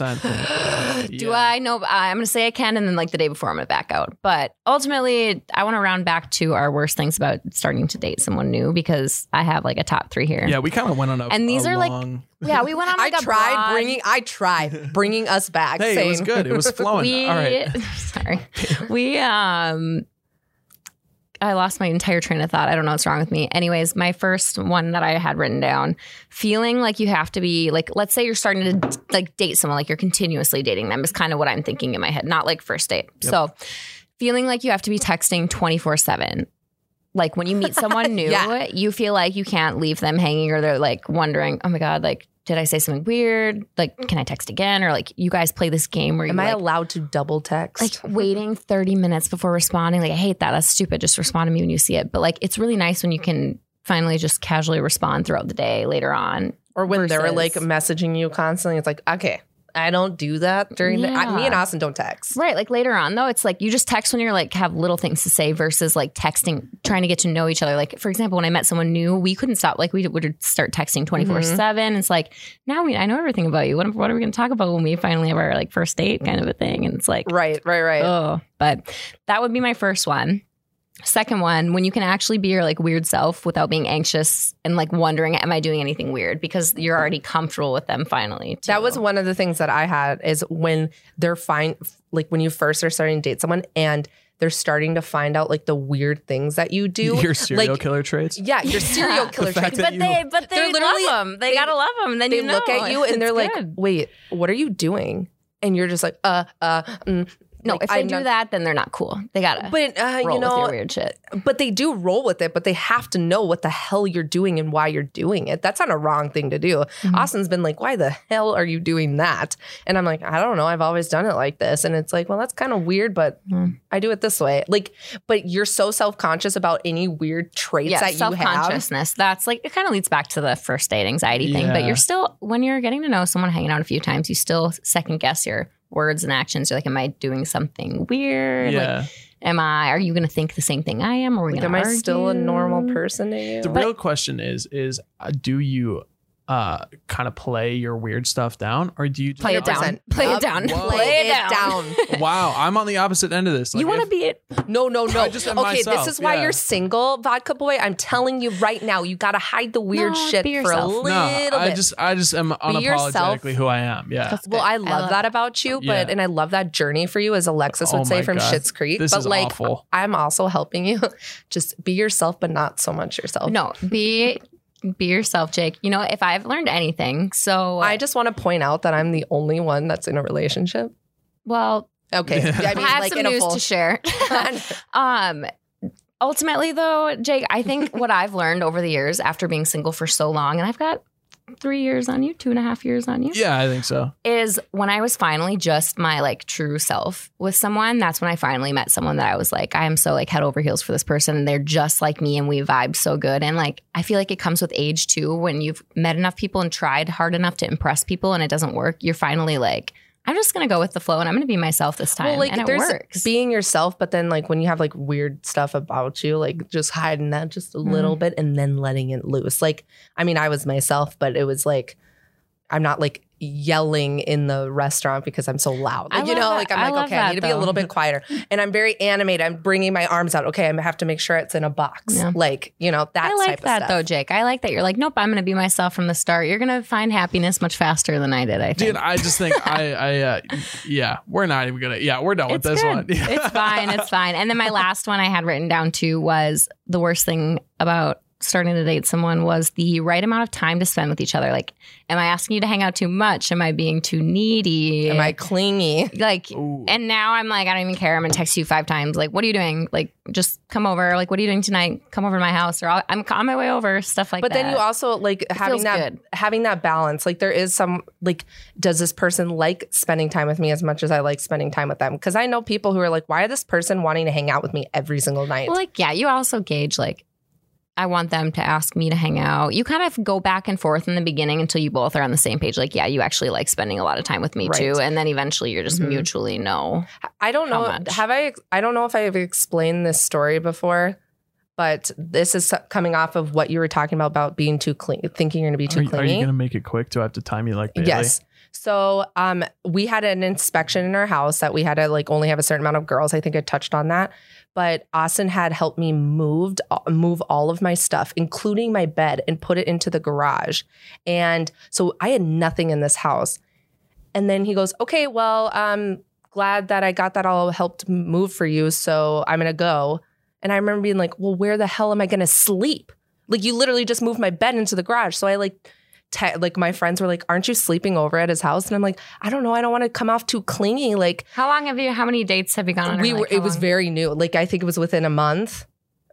*sighs* 100%. Do Yeah. I know? I'm going to say I can, and then like the day before, I'm going to back out. But ultimately, I want to round back to our worst things about starting to date someone new because I have like a top three here. yeah, we kind of went on a And these a are, like, long- Yeah, we *laughs* went on. I Like a tried broad- bringing. *laughs* I tried bringing us back. Hey, it was saying- good. It was flowing. *laughs* We all right. *laughs* sorry. We um. I lost my entire train of thought. I don't know what's wrong with me. Anyways, my first one that I had written down, feeling like you have to be like, let's say you're starting to like date someone, like you're continuously dating them is kind of what I'm thinking in my head, not like first date. Yep. So feeling like you have to be texting 24 7. Like when you meet someone new, Yeah. you feel like you can't leave them hanging or they're like wondering, oh my God, like, did I say something weird? Like, can I text again? Or like, you guys play this game where you *laughs* Am I like, allowed to double text? like waiting 30 minutes before responding. Like, I hate that. That's stupid. Just respond to me when you see it. But like, it's really nice when you can finally just casually respond throughout the day later on. or when they're versus- like messaging you constantly, it's like, okay, I don't do that during the. I, me Yeah. and Austin don't text. Right. Like later on, though, it's like you just text when you're like have little things to say versus like texting, trying to get to know each other. Like, for example, when I met someone new, we couldn't stop. Like, we would start texting 24 7. It's like, now we, I know everything about you. What, what are we going to talk about when we finally have our like first date kind of a thing? And it's like, Right, right, right. Oh, but that would be my first one. Second one, when you can actually be your like weird self without being anxious and like wondering, am I doing anything weird? Because you're already comfortable with them finally. too. that was one of the things that I had is when they're fine, like when you first are starting to date someone and they're starting to find out like the weird things that you do. *laughs* Your serial like, killer traits. Yeah, your serial The killer. fact traits. but you- they, but They're they love literally- them. They, they- gotta love them. Then they you know. look at you and they're It's like, good. "Wait, what are you doing?" And you're just like, "Uh, uh." Mm. no, Like, if they I'm do not- that, then they're not cool. They gotta. But roll uh, you with your know, weird shit. but they do roll with it. But they have to know what the hell you're doing and why you're doing it. That's not a wrong thing to do. Mhm. Austin's been like, "Why the hell are you doing that?" And I'm like, "I don't know. I've always done it like this." And it's like, "Well, that's kind of weird, but Mm. I do it this way." Like, but you're so self conscious about any weird traits yeah, that you have. self-consciousness. That's like it kind of leads back to the first date anxiety thing. But Yeah. you're still when you're getting to know someone, hanging out a few times, you still second guess your words and actions. You're like, am I doing something weird? Like, Yeah. am I? Are you going to think the same thing I am? Or are we Like, going am to I still a normal argue? person to you? the *laughs* real question is is uh, do you uh kind of play your weird stuff down or do you just Play it down. 100%. Play it Up. down. Whoa. Play it down. *laughs* wow i'm on the opposite end of this you want to if- *laughs* be it? No, no, *laughs* no. I just am okay, myself, this is why yeah. you're single, vodka boy. I'm telling you right now, you gotta hide the weird No, shit be for a yourself. little No, no i bit. just i just am yourself. unapologetically who i am yeah well, I love, that about you, but Yeah. and I love that journey for you, as Alexis Oh would say my from God. Schitt's Creek. this but is like, awful *laughs* I'm also helping you. *laughs* Just be yourself, but not so much yourself. No, be be yourself, Jake. You know, if I've learned anything, so I just want to point out that I'm the only one that's in a relationship. well, *laughs* Okay, I I, have some news *laughs* to share. Um, ultimately, though, Jake, I *laughs* think what I've learned over the years after being single for so long, and I've got three years on you, two and a half years on you, yeah i think so is when I was finally just my like true self with someone. That's when I finally met someone that I was like, I am so like head over heels for this person, and they're just like me, and we vibe so good. And like, I feel like it comes with age too. When you've met enough people and tried hard enough to impress people, and it doesn't work, you're finally like. I'm just gonna go with the flow, and I'm gonna be myself this time, Well, like and it there's works. being yourself, but then like when you have like weird stuff about you, like just hiding that just a Mhm. little bit and then letting it loose. Like, I mean, I was myself, but it was like I'm not like yelling in the restaurant because I'm so loud. I Like, you love know, that. like I I'm love like, okay, that, I need to be a though. little bit quieter. And I'm very animated. I'm bringing my arms out. Okay, I have to make sure it's in a box. Yeah. Like, you know, that I like type that of though, stuff. Jake. I like that you're like, nope, I'm going to be myself from the start. You're going to find happiness much faster than I did. I think dude i just think i i uh, yeah we're not even gonna yeah we're done with it's this good. one *laughs* it's fine. It's fine. And then my last one I had written down too was the worst thing about starting to date someone was the right amount of time to spend with each other. Like, am I asking you to hang out too much? Am I being too needy? Am I clingy? like? Ooh. And now I'm like, I don't even care. I'm gonna text you five times. Like, what are you doing? Like, just come over. Like, what are you doing tonight? Come over to my house, or I'll, I'm on my way over. Stuff like but that. then you also like having feels that good. having that balance like there is some like does this person like spending time with me as much as i like spending time with them because i know people who are like why is this person wanting to hang out with me every single night Well, like, yeah, you also gauge like I want them to ask me to hang out. You kind of go back and forth in the beginning until you both are on the same page. Like, yeah, you actually like spending a lot of time with me Right. too, and then eventually you're just Mhm. mutually no. i don't how know much? have i i don't know if i've explained this story before but this is coming off of what you were talking about about being too clean thinking you're going to be are, too you- are clingy you gonna make it quick do i have to time you like Bailey? Yes. So um, we had an inspection in our house that we had to like only have a certain amount of girls. I think I touched on that, but Austin had helped me moved uh, move all of my stuff, including my bed, and put it into the garage. And so I had nothing in this house. And then he goes, "Okay, well, um, glad that I got that all helped move for you. So I'm gonna go." And I remember being like, "Well, where the hell am I gonna sleep?" Like you literally just moved my bed into the garage. So I like te- like my friends were like, "Aren't you sleeping over at his house?" And I'm like, "I don't know. I don't want to come off too clingy." Like How long have you? How many dates have you gone on? we or, were, like, it how was long? very new. Like I think it was within a month,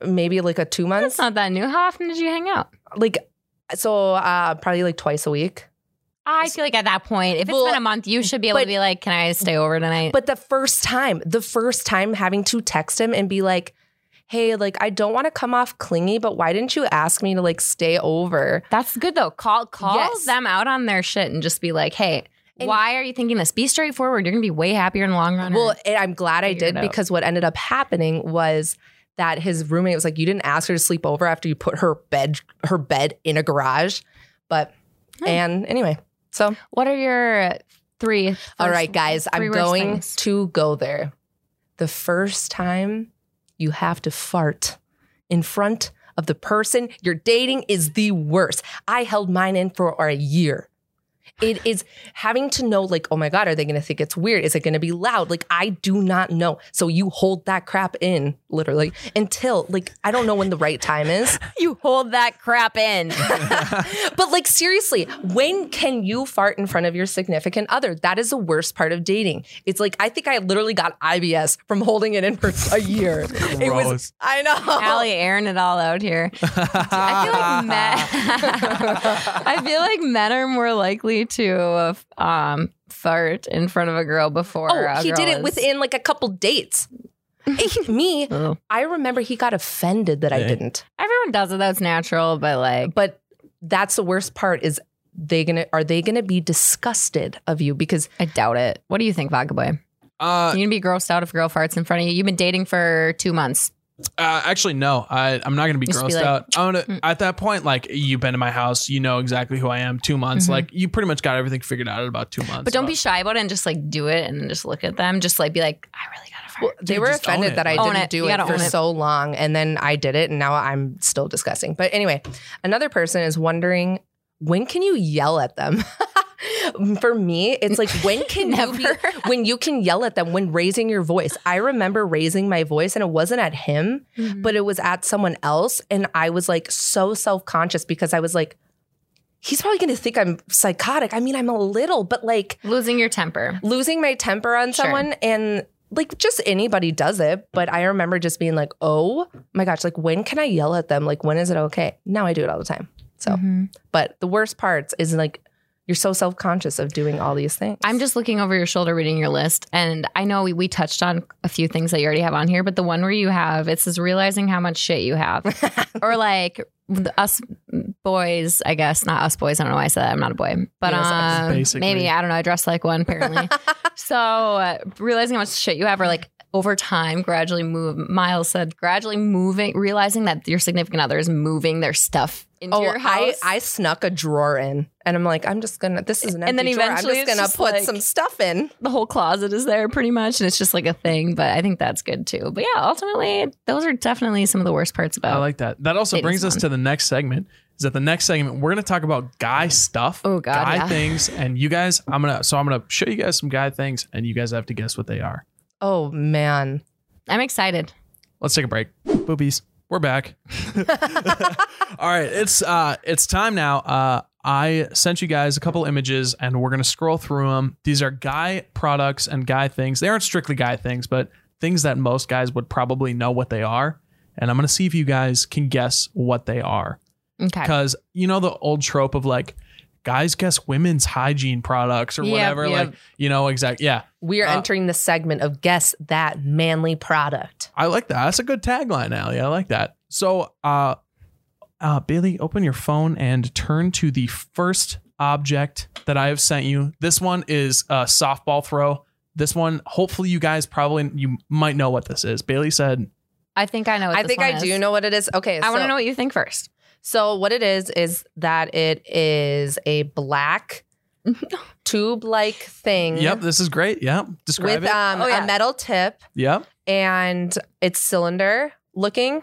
maybe like a two That's months. not that new. How often did you hang out? Like so, uh, probably like twice a week. I feel like at that point, if Well, it's been a month, you should be able but- to be like, "Can I stay over tonight?" But the first time, the first time having to text him and be like. Hey, like I don't want to come off clingy, but why didn't you ask me to like stay over? That's good though. Call call Yes. them out on their shit and just be like, "Hey, And- why are you thinking this? Be straightforward. You're gonna be way happier in the long run." Well, and I'm glad I figure it did out. because what ended up happening was that his roommate was like, "You didn't ask her to sleep over after you put her bed her bed in a garage." But Hmm. and anyway, so What are your three? all first- right, guys, three I'm worst going things? to go there. The first time you have to fart in front of the person you're dating is the worst. I held mine in for a year. It is having to know, like, oh my God, are they going to think it's weird? Is it going to be loud? Like, I do not know. So you hold that crap in, literally, until, like, I don't know when the right time is. You hold that crap in. But, like, seriously, when can you fart in front of your significant other? That is the worst part of dating. It's like, I think I literally got IBS from holding it in for a year. It Gross. was, I know. Allie airing it all out here. *laughs* I feel *laughs* like *laughs* men. I feel like men are more likely to uh, um, fart in front of a girl before. Oh, a he girl did it is- within like a couple dates. Me, Oh. I remember he got offended that I Yeah. didn't. Everyone does it. That's natural. But like, But that's the worst part is they gonna are they gonna be disgusted of you because I doubt it. What do you think, Vodka Boy? *laughs* *laughs* Uh, You gonna be grossed out if a girl farts in front of you? You've been dating for two months. Uh, actually, no. I I'm not gonna be Just grossed be like, out. I'm "Mm." gonna at that point, like you've been to my house, you know exactly who I am. Two months, Mhm. like you pretty much got everything figured out in about two months. But don't be shy about it and just like do it and then just look at them. Just like be like, I really gotta fart. well, they Dude, were just own offended it. that I Own didn't it. do You it gotta for own it. so long, and then I did it, and now I'm still disgusting. But anyway, another person is wondering when can you yell at them. *laughs* For me, it's like *laughs* when can you be Never. when you can yell at them when raising your voice. I remember raising my voice, and it wasn't at him. Mhm. but it was at someone else. And I was like so self conscious because I was like, he's probably going to think I'm psychotic. I mean, I'm a little, but like losing your temper. losing my temper on Sure. someone and like just anybody does it. But I remember just being like, oh my gosh, like when can I yell at them? Like, when is it okay? Now I do it all the time. So, Mhm. but the worst parts is like, you're so self conscious of doing all these things. I'm just looking over your shoulder, reading your list, and I know we, we touched on a few things that you already have on here, but the one where you have it says realizing how much shit you *laughs* have, or like the us boys, I guess not us boys. I don't know why I said that. I'm not a boy, but Unisex. um, Basically. maybe I don't know. I dress like one *laughs* apparently. so uh, realizing how much shit you have, or like over time, gradually move. Miles said gradually moving, realizing that your significant other is moving their stuff into Oh, your house. I, I snuck a drawer in, and I'm like, I'm just gonna. This is an empty And then drawer. eventually I'm it's just gonna just put like- some stuff in. the whole closet is there pretty much and it's just like a thing but i think that's good too but yeah ultimately those are definitely some of the worst parts I about like that. That also It is brings us fun. to the next segment. Is that the next segment? We're gonna talk about guy stuff, Oh, God, guy yeah. things, and you guys. I'm gonna so I'm gonna show you guys some guy things, and you guys have to guess what they are. Oh man. i'm excited Let's take a break. Boobies, we're back. *laughs* All right, it's uh it's time now. Uh I sent you guys a couple images and we're going to scroll through them. These are guy products and guy things. They aren't strictly guy things, but things that most guys would probably know what they are. And I'm going to see if you guys can guess what they are. okay Cuz you know the old trope of like guys guess women's hygiene products or Yep, whatever yep. like you know exact yeah. We are Uh, entering the segment of guess that manly product. I like that. That's a good tagline, Allie. I like that. So, uh, uh, Bailey, open your phone and turn to the first object that I have sent you. This one is a softball throw. This one, hopefully, you guys probably you might know what this is. Bailey said, i think i know what I this think one I is. do know what it is. Okay, i so, want to know what you think first So what it is is that it is a *laughs* black tube-like thing. "Yep, this is great. Yep, describe With it. um, Oh, yeah. a metal tip yep, and it's cylinder looking,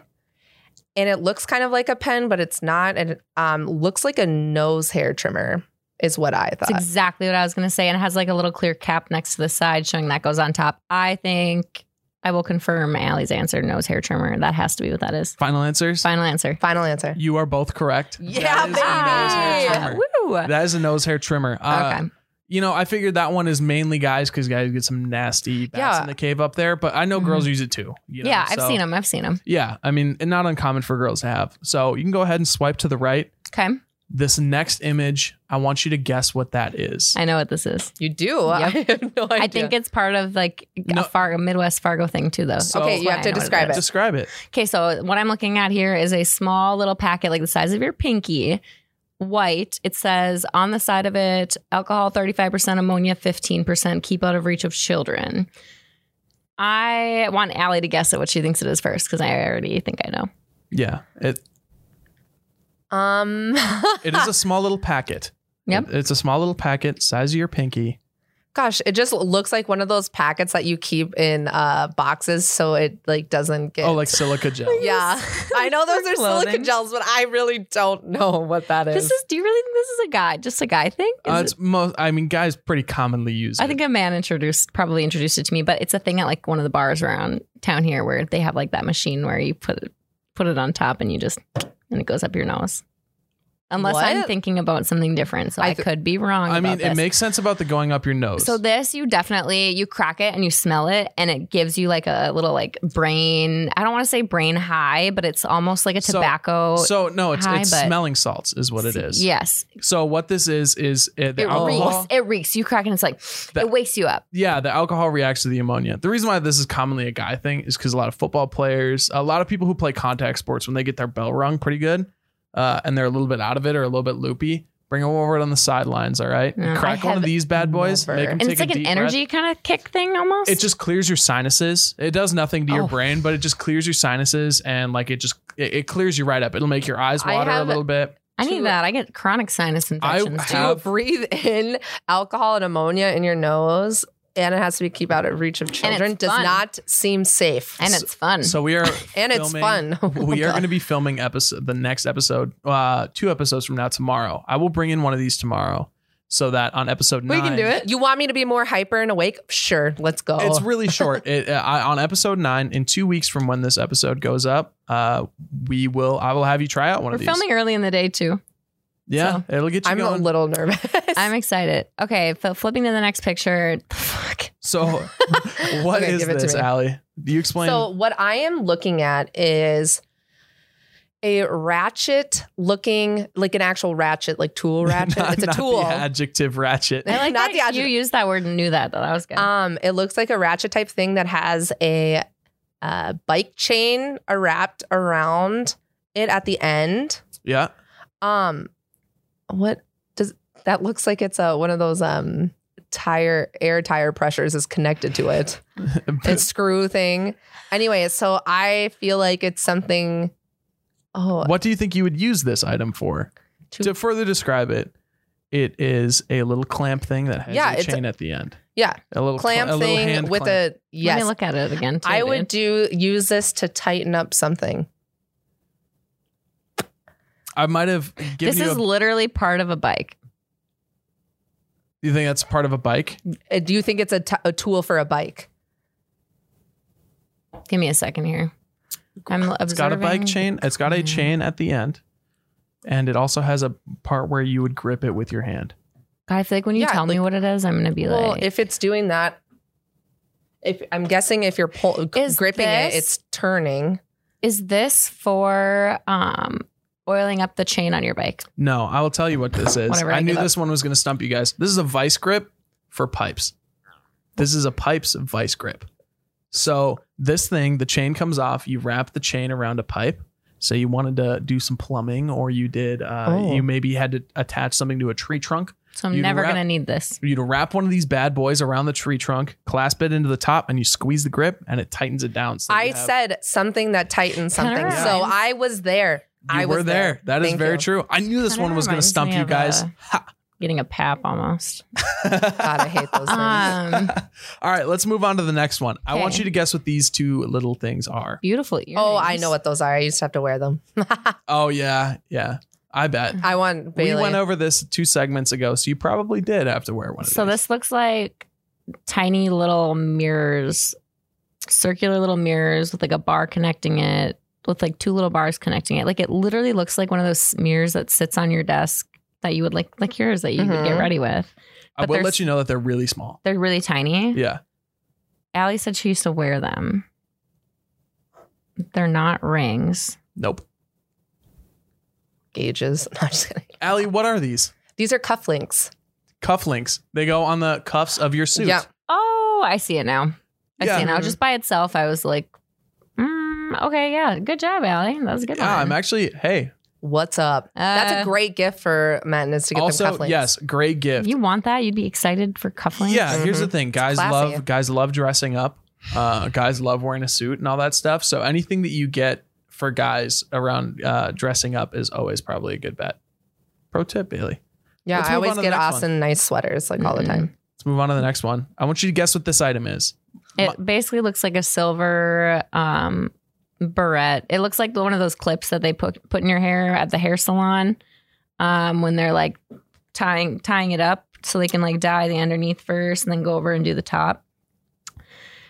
and it looks kind of like a pen, but it's not. And it um, looks like a nose hair trimmer. Is what I that's thought. exactly what i was going to say and it has like a little clear cap next to the side showing that goes on top i think i will confirm Allie's answer nose hair trimmer that has to be what that is final answers. final answer Final answer. You are both correct. Yeah, that is a nose hair Ah, trimmer. woo. That is a nose hair trimmer. Uh, okay you know, I figured that one is mainly guys because guys get some nasty bats Yeah. in the cave up there, but I know girls use it too. You know? Mm-hmm. yeah i've so- seen them i've seen them Yeah, I mean, and not uncommon for girls to have. So you can go ahead and swipe to the right. okay This next image, I want you to guess what that is. i know what this is You do. Yep. *laughs* I have no idea. I think it's part of like a No. Fargo Midwest Fargo thing too, though. So- Okay, That's you why have I to know what describe is. it. Describe it. Okay, so what I'm looking at here is a small little packet, like the size of your pinky, white. It says on the side of it, alcohol 35%, ammonia 15%. Keep out of reach of children. I want Allie to guess at what she thinks it is first because I already think I know. Yeah, it Um, it is a small little packet. *laughs* Yep. It- it's a small little packet, size of your pinky. Gosh, it just looks like one of those packets that you keep in uh, boxes so it like doesn't get Oh, like *laughs* silica gel. Yeah. *laughs* I know those are silica clothing. gels, but I really don't know what that is. This is. Do you really think this is a guy? Just a guy thing? Is Uh, it- it's most. I mean, guys pretty commonly use. I it. think a man introduced probably introduced it to me, but it's a thing at like one of the bars around town here where they have like that machine where you put it put it on top and you just and it goes up your nose. Unless I'm What? thinking about something different, so I, I th- could be wrong. I mean, about this. it makes sense about the going up your nose. So this you definitely you crack it and you smell it and it gives you like a little like brain I don't want to say brain high, but it's almost like a So- tobacco so no, it's Hi, it's but- smelling salts is what it is. Yes. So what this is is uh, the It alcohol. reeks. It reeks. You crack and it's like The- it wakes you up. Yeah, the alcohol reacts to the ammonia. The reason why this is commonly a guy thing is because a lot of football players, a lot of people who play contact sports, when they get their bell rung pretty good, uh, and they're a little bit out of it or a little bit loopy, bring them over on the sidelines. All right, No, crack Mm. I one of have these bad boys, never- make 'em And take it's like a an deep breath. energy kind of kick thing almost. It just clears your sinuses. It does nothing to your Oh. brain, but it just clears your sinuses and like it just it, it clears you right up. It'll make your eyes I water a have- little bit. I need that. I get chronic sinus infections I too. Do you have- breathe in alcohol and ammonia in your nose? And it has to be keep out of reach of children. Does fun. not seem safe. and it's fun. So we are And it's filming- fun. *laughs* *laughs* we are going to be filming episode the next episode uh two episodes from now tomorrow. I will bring in one of these tomorrow so that on episode 9 You want me to be more hyper and awake? Sure, let's go. It's *laughs* really short. It, uh, I, on episode nine, in two weeks from when this episode goes up, uh, we will. I will have you try out one We're of these. filming early in the day too. yeah, it'll get you I'm going. a little *laughs* nervous. I'm excited. Okay, so flipping to the next picture. *laughs* Fuck. *laughs* so, what Okay, is give it to this, me. Allie? Do you explain? *laughs* So what I am looking at is a ratchet looking like an actual ratchet, like tool *laughs* ratchet. Not- it's a not tool. The adjective ratchet. *laughs* I like Not that the you adjective. used that word and knew that. though. That was good. Um, it looks like a ratchet type thing that has a uh, bike chain uh, wrapped around it at the end. *laughs* Yeah. Um, what does that looks like? It's a one of those um tire air tire pressures is connected *laughs* to it. it's screw thing. Anyway, so I feel like it's something. Oh, what do you think you would use this item for? To- to further describe it, it is a little clamp thing that has Yeah, a it's a- chain at the end. yeah, A little cla- clamp a little thing hand with clamp. a Let me yes. look at it again. Too, I would dude. do use this to tighten up something. I might have given This you. is A, literally part of a bike. you think that's part of a bike? Uh, Do you think it's a, t- a tool for a bike? Give me a second here. I'm observing. It's got a bike chain. It's got a Mm-hmm. Yeah. chain at the end, and it also has a part where you would grip it with your hand. God, I feel like when you Yeah, tell me what it is, I'm gonna be Well, like, if it's doing that, if I'm guessing if you're pull, g- Is gripping this- it, it's turning. "Is this for um oiling up the chain on your bike?" No, I will tell you what this is. Whatever, I, I knew give up. this one was going to stump you guys. This is a vice grip for pipes. This is a pipes vice grip. So this thing, the chain comes off. You wrap the chain around a pipe. Say you wanted to do some plumbing, or you did. Uh, Oh. You maybe had to attach something to a tree trunk. So I'm You'd never wrap- gonna need this. You to wrap one of these bad boys around the tree trunk, clasp it into the top, and you squeeze the grip, and it tightens it down. So you I have- said something that tightens Kinda something. reminds- So I was there. You I were was there. That is Thank very you. true. I knew this Kinda one was going to reminds stump me you of uh, guys. a- Getting a pap almost. God, I hate those things. Um, *laughs* All right, let's move on to the next one. I want Okay. you to guess what these two little things are. beautiful earrings. oh, I know what those are. I used to have to wear them. Oh yeah, yeah. I bet. I want Bailey. We went over this two segments ago, so you probably did have to wear one of So these. this looks like tiny little mirrors, circular little mirrors with like a bar connecting it, with like two little bars connecting it. Like it literally looks like one of those mirrors that sits on your desk that you would like like yours that you would get Mhm. ready with. I but will there's- let you know that they're really small. They're really tiny. Yeah. Allie said she used to wear them. They're not rings. Nope. gauges. *laughs* No, I'm just kidding. Allie, what are these? These are cufflinks. Cufflinks. They go on the cuffs of your suit. Yeah. Oh, I see it now. I Yeah. see it now. Mhm. Just by itself, I was like, mm, okay, yeah, good job, Allie. That was a good Yeah, one. I'm actually hey. What's up? That's Uh, a great gift for Madness to get them Also, cufflinks. yes, great gift. You want that? You'd be excited for cufflinks. Yeah, here's Mhm. the thing. Guys classy. love guys love dressing up. Uh, guys love wearing a suit and all that stuff. So anything that you get for guys around uh, dressing up is always probably a good bet. Pro tip, Bailey. Yeah, Let's move I on always to the get next one. Austin nice sweaters like all the Mhm. time. Let's move on to the next one. I want you to guess what this item is. It basically looks like a silver um, barrette. It looks like one of those clips that they put put in your hair at the hair salon um, when they're like tying tying it up so they can like dye the underneath first and then go over and do the top.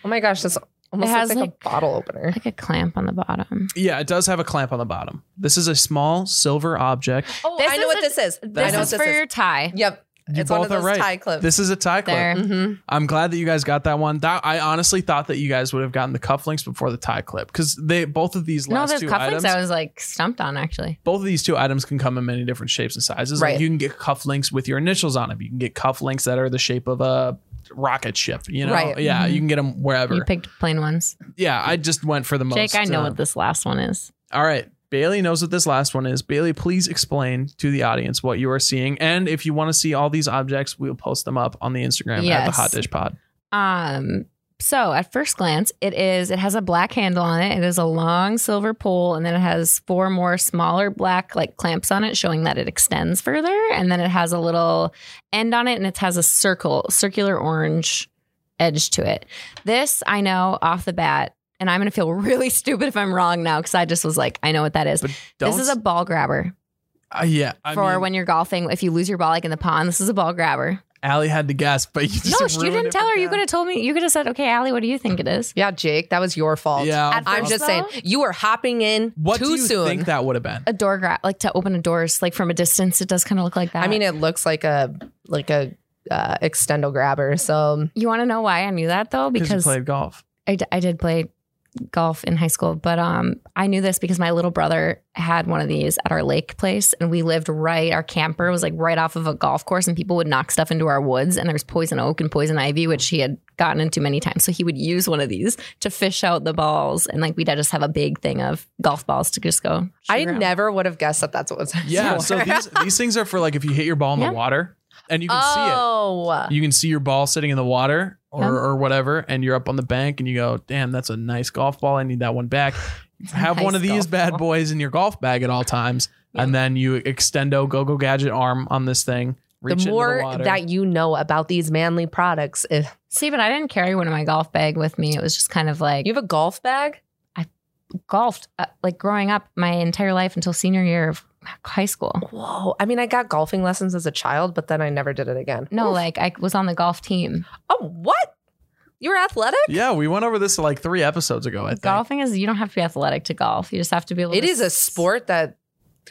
Oh my gosh, this almost It has, looks like, like- a bottle opener. Like a clamp on the bottom. Yeah, it does have a clamp on the bottom. This is a small silver object. Oh, This I is know what a- this is. I This know is what for this your tie. is. Yep. You it's one of both are those right. tie clips. This is a tie clip. There. mm-hmm. I'm glad that you guys got that one. That I honestly thought that you guys would have gotten the cufflinks before the tie clip because they both of these No, last those two cufflinks items, I was like stumped on actually. both of these two items can come in many different shapes and sizes. Like Right. you can get cufflinks with your initials on them. You can get cufflinks that are the shape of a rocket ship. You know, Right. yeah, Mhm. you can get them You wherever. picked plain ones. yeah, I just went for the most. Jake, I know uh, what this last one is. All right. Bailey knows what this last one is. Bailey, please explain to the audience what you are seeing. And if you want to see all these objects, we'll post them up on the Instagram at the Yes. Hot Dish Pod. Um, so at first glance, it is it has a black handle on it. It is a long silver pole, and then it has four more smaller black like clamps on it, showing that it extends further. And then it has a little end on it, and it has a circle, circular orange edge to it. This I know off the bat, and I'm gonna feel *laughs* really stupid if I'm wrong now because I just was like, I know what that is. But don't. This is a ball grabber Uh, yeah. I for mean, when you're golfing. If you lose your ball like in the pond, this is a ball grabber. Allie had to guess, but you just No, you ruined didn't it tell for her. You Kat. could have told me. You could have said, "Okay, Allie, what do you think it is?" Yeah, Jake, that was your fault. Yeah. At I'll- I'm first, just though? saying, you were hopping in what too do you soon. think that would have been? a door grab, like to open a door, s- like from a distance, it does kind of look like that. I mean, it looks like a like a uh, extendo grabber. So you want to know why I knew that though? you Because I played golf. d- I did play golf in high school, but um, I knew this because my little brother had one of these at our lake place, and we lived right. Our camper was like right off of a golf course, and people would knock stuff into our woods, and there was poison oak and poison ivy, which he had gotten into many times. So he would use one of these to fish out the balls, and like we'd just have a big thing of golf balls to just go. shoot I around. never would have guessed that that's what was. Yeah. for. so these these things are for like if you hit your ball in Yeah. the water and you can oh, see it. You can see your ball sitting in the water or, Yeah. or whatever, and you're up on the bank and you go, damn, that's a nice golf ball. I need that one back. have one Nice of these golf bad ball. boys in your golf bag at all times, and then you extendo go go gadget arm on this thing. Reach the it more into the water. that you know about these manly products, if See, but I didn't carry one in my golf bag with me. It was just kind of like you have a golf bag, golfed uh, like growing up my entire life until senior year of high school. whoa! I mean, I got golfing lessons as a child, but then I never did it again. No, Oof. like I was on the golf team. oh, what? You were athletic. yeah, we went over this like three episodes ago. Oh, I think. Golfing is you don't have to be athletic to golf. You just have to be able. It to is a sport that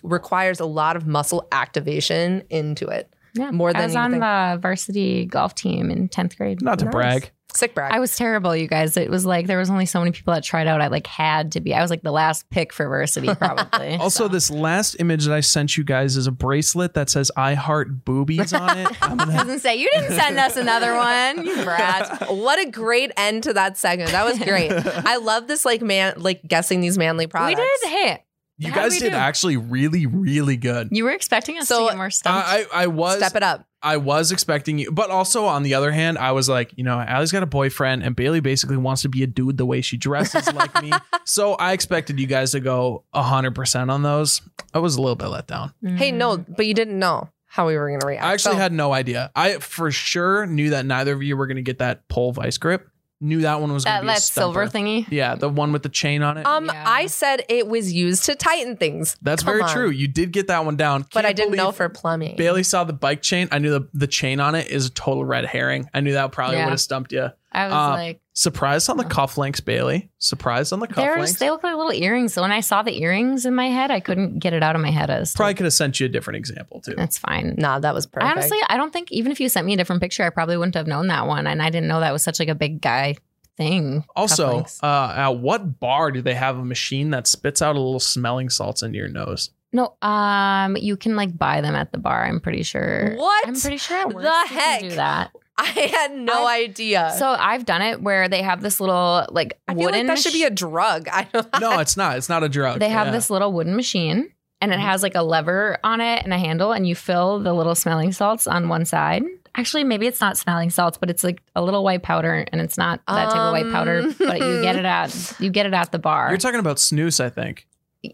requires a lot of muscle activation into it. Yeah. more I than was on anything. the varsity golf team in tenth grade. Not to Nice. brag. Sick brag. I was terrible, you guys. It was like there was only so many people that tried out. I like had to be. I was like the last pick for *laughs* varsity, probably. Also, this last image that I sent you guys is a bracelet that says "I heart boobies" on it. I'm gonna- doesn't say you didn't *laughs* send us another one. *laughs* You brat. Brad. what a great end to that segment. That was great. I love this like man like guessing these manly We products. did hit. you How'd guys we did do? actually really, really good. You were expecting us So, to get more stuff. I, I I was Step it up. I was expecting you, but also on the other hand, I was like, you know, Allie's got a boyfriend, and Bailey basically wants to be a dude the way she dresses like *laughs* me. So I expected you guys to go hundred percent on those. I was a little bit let down. Hey, Mm-hmm. no, but you didn't know how we were gonna react. I actually So, had no idea. I for sure knew that neither of you were going to get that pole vice grip. Knew that one was going to that, be a that silver stumper. thingy. Yeah, the one with the chain on it. um Yeah. I said it was used to tighten things. That's come very on. true. You did get that one down, But I Can't didn't know believe for plumbing. Bailey saw the bike chain. I knew the the chain on it is a total red herring. I knew that probably Yeah. would have stumped you. I was Uh, Um, like, Surprised on the cufflinks, Bailey. Surprised on the They're just- cufflinks. they look like little earrings. So when I saw the earrings in my head, I couldn't get it out of my head. As to- Probably could have sent you a different example too. that's fine. Nah, that was I perfect. honestly, I don't think even if you sent me a different picture, I probably wouldn't have known that one. And I didn't know that was such like a big guy thing. Also, Cufflinks. uh, at what bar do they have a machine that spits out a little smelling salts into *laughs* your nose? no, um, you can like buy them at the bar. I'm pretty sure. What I'm pretty sure. At the Works you can heck? do that. *laughs* I had no I- idea. So I've done it where they have this little like I feel wooden. like that should be a drug. I don't No, it's not. It's not a drug. They have Oh, Yeah. Mm-hmm. this little wooden machine and it has like a lever on it and a handle, and you fill the little smelling salts on one side. Actually, maybe it's not smelling salts, but it's like a little white powder, and it's not that type of white powder. Um. *laughs* But you get it at you get it at the bar. You're talking about snooze, I think.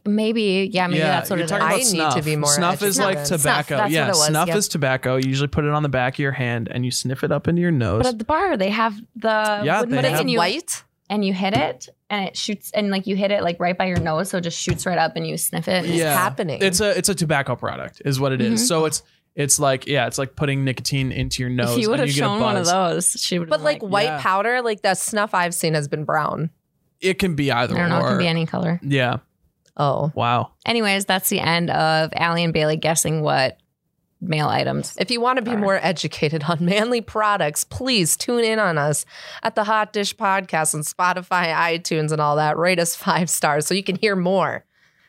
maybe yeah, maybe yeah, that's what you're it is. talking I about need to snuff. be more Snuff is educated. like Snuff, tobacco. that's yeah, what it was, snuff yep. is tobacco. You usually put it on the back of your hand and you sniff it up into your nose. but at the bar, they have the Yeah, wooden they but have- and you white. and you hit it and it shoots and like you hit it like right by your nose, so it just shoots right up and you sniff it. Yeah. happening. it's a it's a tobacco product is what it is. Mhm. So it's it's like yeah, it's like putting nicotine into your nose. if you would and have you get a shown one of buzz. those, she would. But like, white yeah. powder, like that snuff I've seen has been brown. it can be either I don't know, it or. can be any color. yeah. Oh. Wow. Anyways, that's the end of Allie and Bailey guessing what mail items. If you want to be Sorry. more educated on *laughs* manly products, please tune in on us at the Hot Dish Podcast on Spotify, iTunes, and all that. Rate us five stars so you can hear more.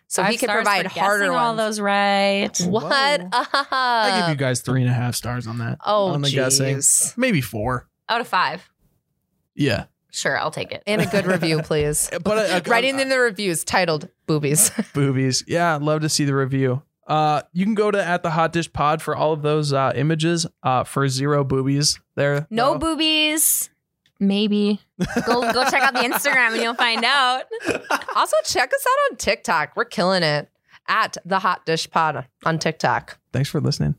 So Five he can stars for provide guessing harder all ones. those right. What *laughs* Whoa. up? I Uh, give you guys three and a half stars on that. oh, on the guessing. jeez. Maybe four. Out of five, Yeah. sure, I'll take it. And a good *laughs* review, please. *laughs* But uh, Writing in the reviews titled "Boobies." *laughs* boobies. Yeah, love to see the review. Uh, you can go to at the hot dish pod for all of those uh, images. Uh, for zero boobies there. No though. boobies. Maybe. Go go check out the Instagram and you'll find out. also, check us out on TikTok. We're killing it at the Hot Dish Pod on TikTok. Thanks for listening.